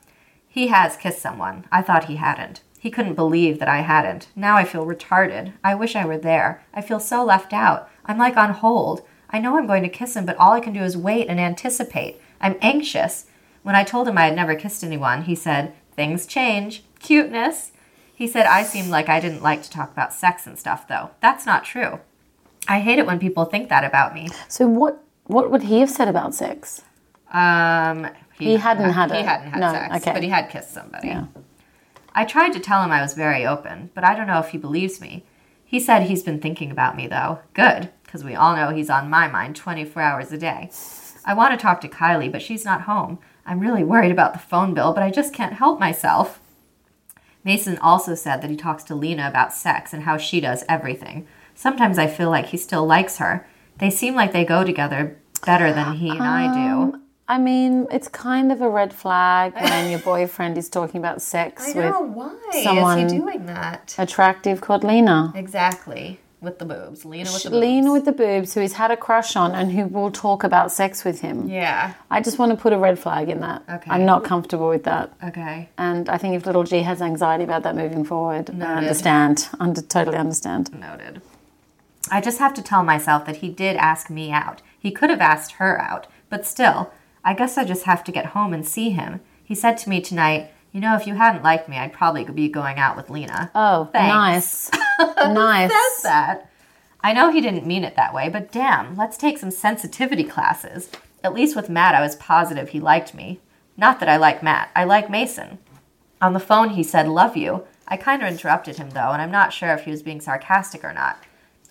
Speaker 1: He has kissed someone. I thought he hadn't. He couldn't believe that I hadn't. Now I feel retarded. I wish I were there. I feel so left out. I'm like on hold. I know I'm going to kiss him, but all I can do is wait and anticipate. I'm anxious. When I told him I had never kissed anyone, he said, Things change. Cuteness. He said, I seemed like I didn't like to talk about sex and stuff, though. That's not true. I hate it when people think that about me.
Speaker 2: So what what would he have said about sex?
Speaker 1: Um,
Speaker 2: He hadn't had
Speaker 1: He
Speaker 2: it.
Speaker 1: hadn't had
Speaker 2: No,
Speaker 1: sex,
Speaker 2: okay.
Speaker 1: but he had kissed somebody.
Speaker 2: Yeah.
Speaker 1: I tried to tell him I was very open, but I don't know if he believes me. He said he's been thinking about me, though. Good, because we all know he's on my mind 24 hours a day. I want to talk to Kylie, but she's not home. I'm really worried about the phone bill, but I just can't help myself. Mason also said that he talks to Lena about sex and how she does everything. Sometimes
Speaker 2: Um,
Speaker 1: I feel like he still likes her. They seem like they go together better than he and I do.
Speaker 2: I mean, it's kind of a red flag when your boyfriend is talking about sex
Speaker 1: I
Speaker 2: with
Speaker 1: know why
Speaker 2: someone-
Speaker 1: is he doing that?
Speaker 2: attractive called Lena.
Speaker 1: Exactly. With the boobs, Lena with the boobs.
Speaker 2: Lena with the boobs, who he's had a crush on and who will talk about sex with him.
Speaker 1: Yeah.
Speaker 2: I just want to put a red flag in that.
Speaker 1: Okay.
Speaker 2: I'm not comfortable with that.
Speaker 1: Okay.
Speaker 2: And I think if little G has anxiety about that moving forward, I
Speaker 1: Noted.
Speaker 2: understand. Under, totally understand.
Speaker 1: Noted. I just have to tell myself that he did ask me out. He could have asked her out, but still, I guess I just have to get home and see him. He said to me tonight, You know, if you hadn't liked me, I'd probably be going out with Lena.
Speaker 2: Oh,
Speaker 1: [LAUGHS]
Speaker 2: nice. nice.
Speaker 1: says that. I know he didn't mean it that way, but damn, let's take some sensitivity classes. At least with Matt, I was positive he liked me. Not that I like Matt, I like Mason. On the phone, he said, Love you. I kind of interrupted him, though, and I'm not sure if he was being sarcastic or not.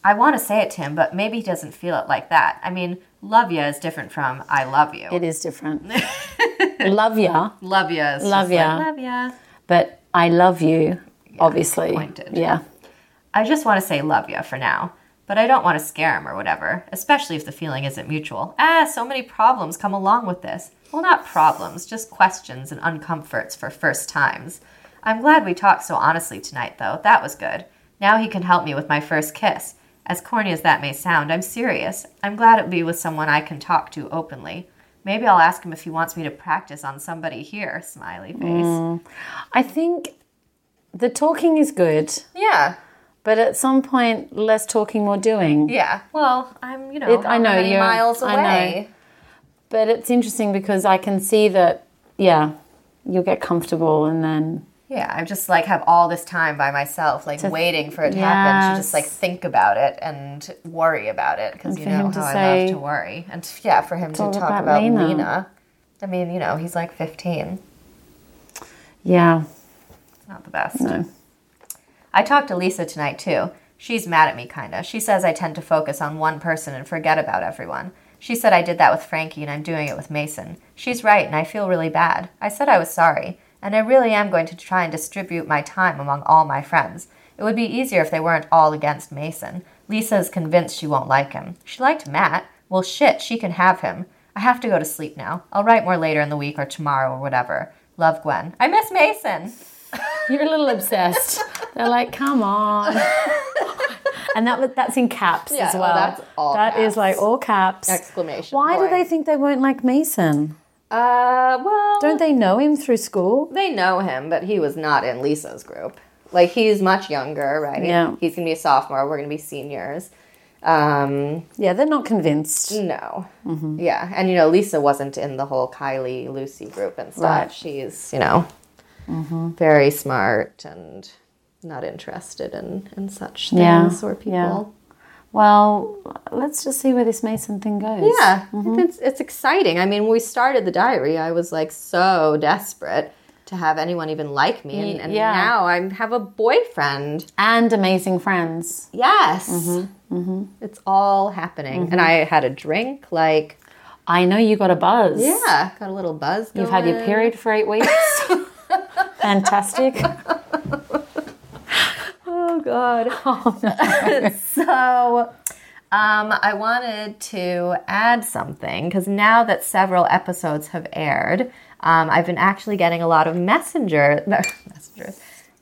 Speaker 1: I want to say it to him, but maybe he doesn't feel it like that. I mean, love ya is different from I love you.
Speaker 2: It is
Speaker 1: [LAUGHS]
Speaker 2: different. love ya,
Speaker 1: love ya is just
Speaker 2: Love
Speaker 1: like,
Speaker 2: ya.
Speaker 1: love ya.
Speaker 2: but I love you, obviously.
Speaker 1: pointed.
Speaker 2: Yeah.
Speaker 1: I just want to say love ya for now, but I don't want to scare him or whatever, especially if the feeling isn't mutual. Ah, so many problems come along with this. Well, not problems, just questions and uncomforts for first times. I'm glad we talked so honestly tonight, though. That was good. Now he can help me with my first kiss. As corny as that may sound, I'm serious. I'm glad it'll be with someone I can talk to openly. Maybe I'll ask him if he wants me to practice on somebody here. Smiley face.
Speaker 2: Mm. I think the talking is good,
Speaker 1: Yeah,
Speaker 2: but at some point, less talking, more doing.
Speaker 1: yeah. Well, I'm, you know,
Speaker 2: It- I know,
Speaker 1: how many
Speaker 2: you're-
Speaker 1: miles
Speaker 2: I
Speaker 1: away.
Speaker 2: know. But it's interesting because I can see that, yeah, you'll get comfortable and then
Speaker 1: Yeah, I just like have all this time by myself, like waiting for it to happen to just like
Speaker 2: Yes.
Speaker 1: think about it and worry about it because you
Speaker 2: for
Speaker 1: know
Speaker 2: him to
Speaker 1: how I
Speaker 2: say-
Speaker 1: love to worry. And yeah, for him to
Speaker 2: all
Speaker 1: talk
Speaker 2: about
Speaker 1: about, Lena.
Speaker 2: Lena.
Speaker 1: I mean, you know, he's like 15.
Speaker 2: Yeah,
Speaker 1: It's not the best.
Speaker 2: no.
Speaker 1: I talked to Lisa tonight too. She's mad at me, kinda. She says I tend to focus on one person and forget about everyone. She said I did that with Frankie and I'm doing it with Mason. She's right, and I feel really bad. I said I was sorry, and I really am going to try and distribute my time among all my friends. It would be easier if they weren't all against Mason. Lisa is convinced she won't like him. She liked Matt. Well, shit, she can have him. I have to go to sleep now. I'll write more later in the week or tomorrow or whatever. Love Gwen. I miss Mason.
Speaker 2: You're a little obsessed. They're like, come on. [LAUGHS] And that was that's in caps
Speaker 1: Yeah,
Speaker 2: as
Speaker 1: oh,
Speaker 2: well.
Speaker 1: that's all
Speaker 2: That is
Speaker 1: caps.
Speaker 2: like all caps.
Speaker 1: Exclamation.
Speaker 2: Why do they think they won't like Mason?
Speaker 1: Uh, well,
Speaker 2: Don't they know him through school?
Speaker 1: they know him, but he was not in Lisa's group. Like he's much younger, right?
Speaker 2: Yeah.
Speaker 1: he's gonna be a sophomore. We're gonna be seniors. Um,
Speaker 2: Yeah, they're not convinced.
Speaker 1: no,
Speaker 2: Mm-hmm.
Speaker 1: yeah, and you know, Lisa wasn't in the whole Kylie Lucy group and stuff.
Speaker 2: Right. Mm-hmm.
Speaker 1: She's you know very smart and not interested in in such things
Speaker 2: Yeah,
Speaker 1: or
Speaker 2: yeah.
Speaker 1: people.
Speaker 2: Well, let's just see where this Mason thing goes.
Speaker 1: Yeah, it's mm-hmm. it's exciting. I mean, when we started the diary, I was like so desperate to have anyone even like me, and, and
Speaker 2: yeah.
Speaker 1: now I have a boyfriend. Mm-hmm,
Speaker 2: And amazing friends.
Speaker 1: Yes. It's all happening. And I had a drink, like,
Speaker 2: I know you got a buzz.
Speaker 1: yeah, got a little buzz going.
Speaker 2: You've had your period for eight
Speaker 1: [LAUGHS]
Speaker 2: weeks. Fantastic.
Speaker 1: Oh, God. [LAUGHS] so um, I wanted to add something because now that several episodes have aired, um, I've been actually getting a lot of messenger [LAUGHS] messengers.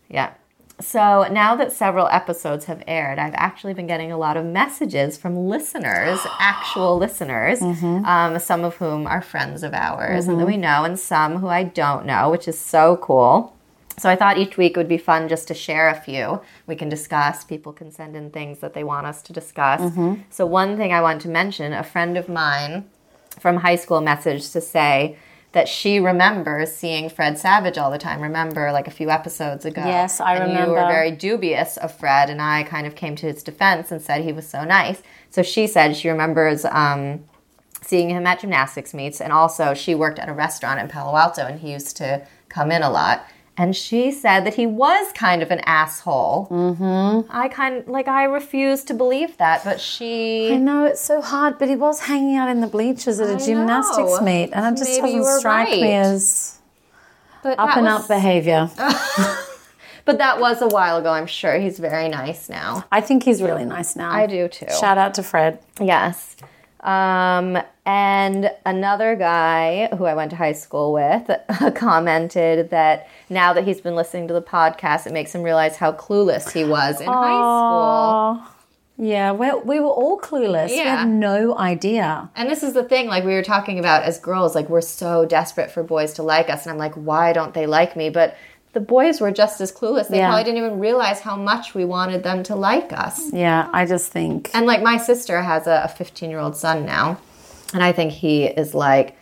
Speaker 1: Yeah. So now that several episodes have aired, I've actually been getting a lot of messages from listeners, actual listeners, um, some of whom are friends of ours and that we know, and some who I don't know, which is so cool. So I thought each week would be fun just to share a few. We can discuss, people can send in things that they want us to discuss.
Speaker 2: Mm-hmm.
Speaker 1: So, one thing I want to mention a friend of mine from high school messaged to say that she remembers seeing Fred Savage all the time. Remember, like a few episodes ago.
Speaker 2: Yes, I
Speaker 1: and You were
Speaker 2: remember.
Speaker 1: very dubious of Fred, and I kind of came to his defense and said he was so nice. So she said she remembers um, seeing him at gymnastics meets, and also she worked at a restaurant in Palo Alto, and he used to come in a lot. And she said that he was kind of an asshole. Mm-hmm. I kind like I refuse to believe that, but she
Speaker 2: I know it's so hard, but he was hanging out in the bleachers at a
Speaker 1: I
Speaker 2: gymnastics
Speaker 1: know.
Speaker 2: meet, and it
Speaker 1: So
Speaker 2: just
Speaker 1: maybe you were
Speaker 2: doesn't strike me
Speaker 1: right.
Speaker 2: as
Speaker 1: but
Speaker 2: up
Speaker 1: that
Speaker 2: and
Speaker 1: was-
Speaker 2: out behavior.
Speaker 1: But that was a while ago. I'm sure he's very nice now.
Speaker 2: I think he's really nice now.
Speaker 1: I do too.
Speaker 2: Shout out to Fred.
Speaker 1: Yes. Um, and another guy who I went to high school with [LAUGHS] commented that now that he's been listening to the podcast, it makes him realize how clueless he was in high school.
Speaker 2: Yeah, we we were all clueless. We
Speaker 1: Yeah.
Speaker 2: had no idea.
Speaker 1: And this is the thing, like we were talking about as girls, like we're so desperate for boys to like us. And I'm like, why don't they like me? But the boys were just as clueless. They
Speaker 2: Yeah.
Speaker 1: probably didn't even realize how much we wanted them to like us.
Speaker 2: Yeah, I just think.
Speaker 1: And like my sister has a 15 year old son now, and I think he is like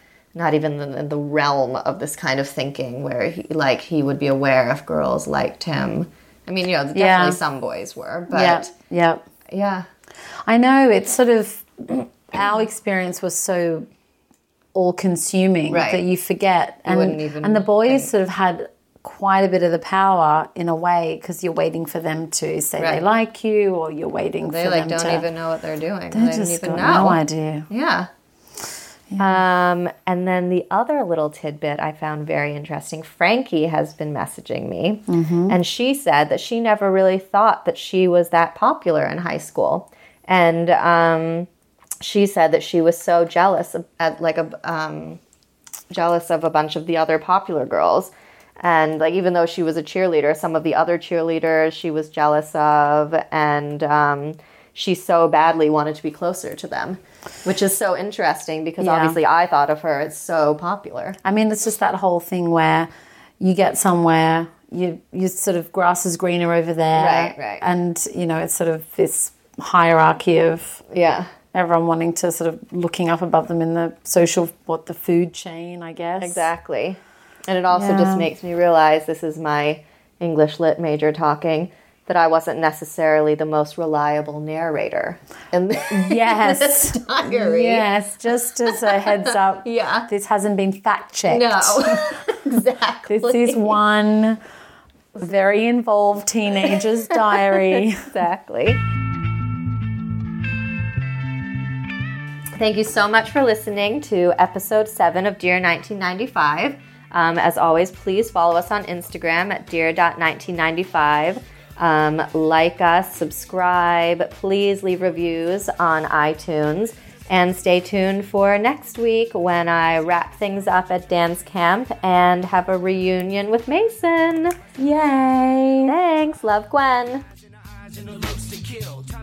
Speaker 1: not even in the, the realm of this kind of thinking where he like he would be aware if girls liked him. I mean, you know, definitely
Speaker 2: Yeah.
Speaker 1: some boys were,
Speaker 2: Yeah,
Speaker 1: but
Speaker 2: yeah.
Speaker 1: yeah,
Speaker 2: I know it's sort of our experience was so all consuming
Speaker 1: Right.
Speaker 2: that you forget and
Speaker 1: wouldn't even
Speaker 2: and the boys sort of had quite a bit of the power in a way because you're waiting for them to say they
Speaker 1: Right.
Speaker 2: like you or you're waiting
Speaker 1: they
Speaker 2: for
Speaker 1: like
Speaker 2: them
Speaker 1: don't
Speaker 2: to
Speaker 1: even know what they're doing.
Speaker 2: I
Speaker 1: They don't
Speaker 2: just
Speaker 1: even
Speaker 2: got
Speaker 1: know.
Speaker 2: no idea
Speaker 1: Yeah. Um, and then the other little tidbit I found very interesting. Frankie has been messaging me, and she said that she never really thought that she was that popular in high school, and um, she said that she was so jealous of, at like a um, jealous of a bunch of the other popular girls. And like, even though she was a cheerleader, some of the other cheerleaders she was jealous of, and um, she so badly wanted to be closer to them, which is so interesting because
Speaker 2: Yeah.
Speaker 1: obviously I thought of her as so popular.
Speaker 2: I mean, it's just that whole thing where you get somewhere, you you sort of grass is greener over there,
Speaker 1: Right, right.
Speaker 2: and you know it's sort of this hierarchy of
Speaker 1: Yeah,
Speaker 2: everyone wanting to sort of looking up above them in the social what the food chain, I guess.
Speaker 1: exactly. And it also
Speaker 2: Yeah.
Speaker 1: just makes me realize this is my English lit major talking that I wasn't necessarily the most reliable narrator. And [LAUGHS]
Speaker 2: Yes.
Speaker 1: diary.
Speaker 2: Yes, just as a heads up,
Speaker 1: [LAUGHS] Yeah.
Speaker 2: this hasn't been fact checked.
Speaker 1: [LAUGHS] No, exactly.
Speaker 2: This
Speaker 1: [LAUGHS]
Speaker 2: is one very involved teenager's diary.
Speaker 1: [LAUGHS] Exactly. Thank you so much for listening to episode 7 of Dear 1995. Um, as always, please follow us on Instagram at dear.1995. Um, like us, subscribe, please leave reviews on iTunes, and stay tuned for next week when I wrap things up at dance camp and have a reunion with Mason.
Speaker 2: Yay.
Speaker 1: Thanks, love Gwen.
Speaker 3: eyes and the looks to kill. Time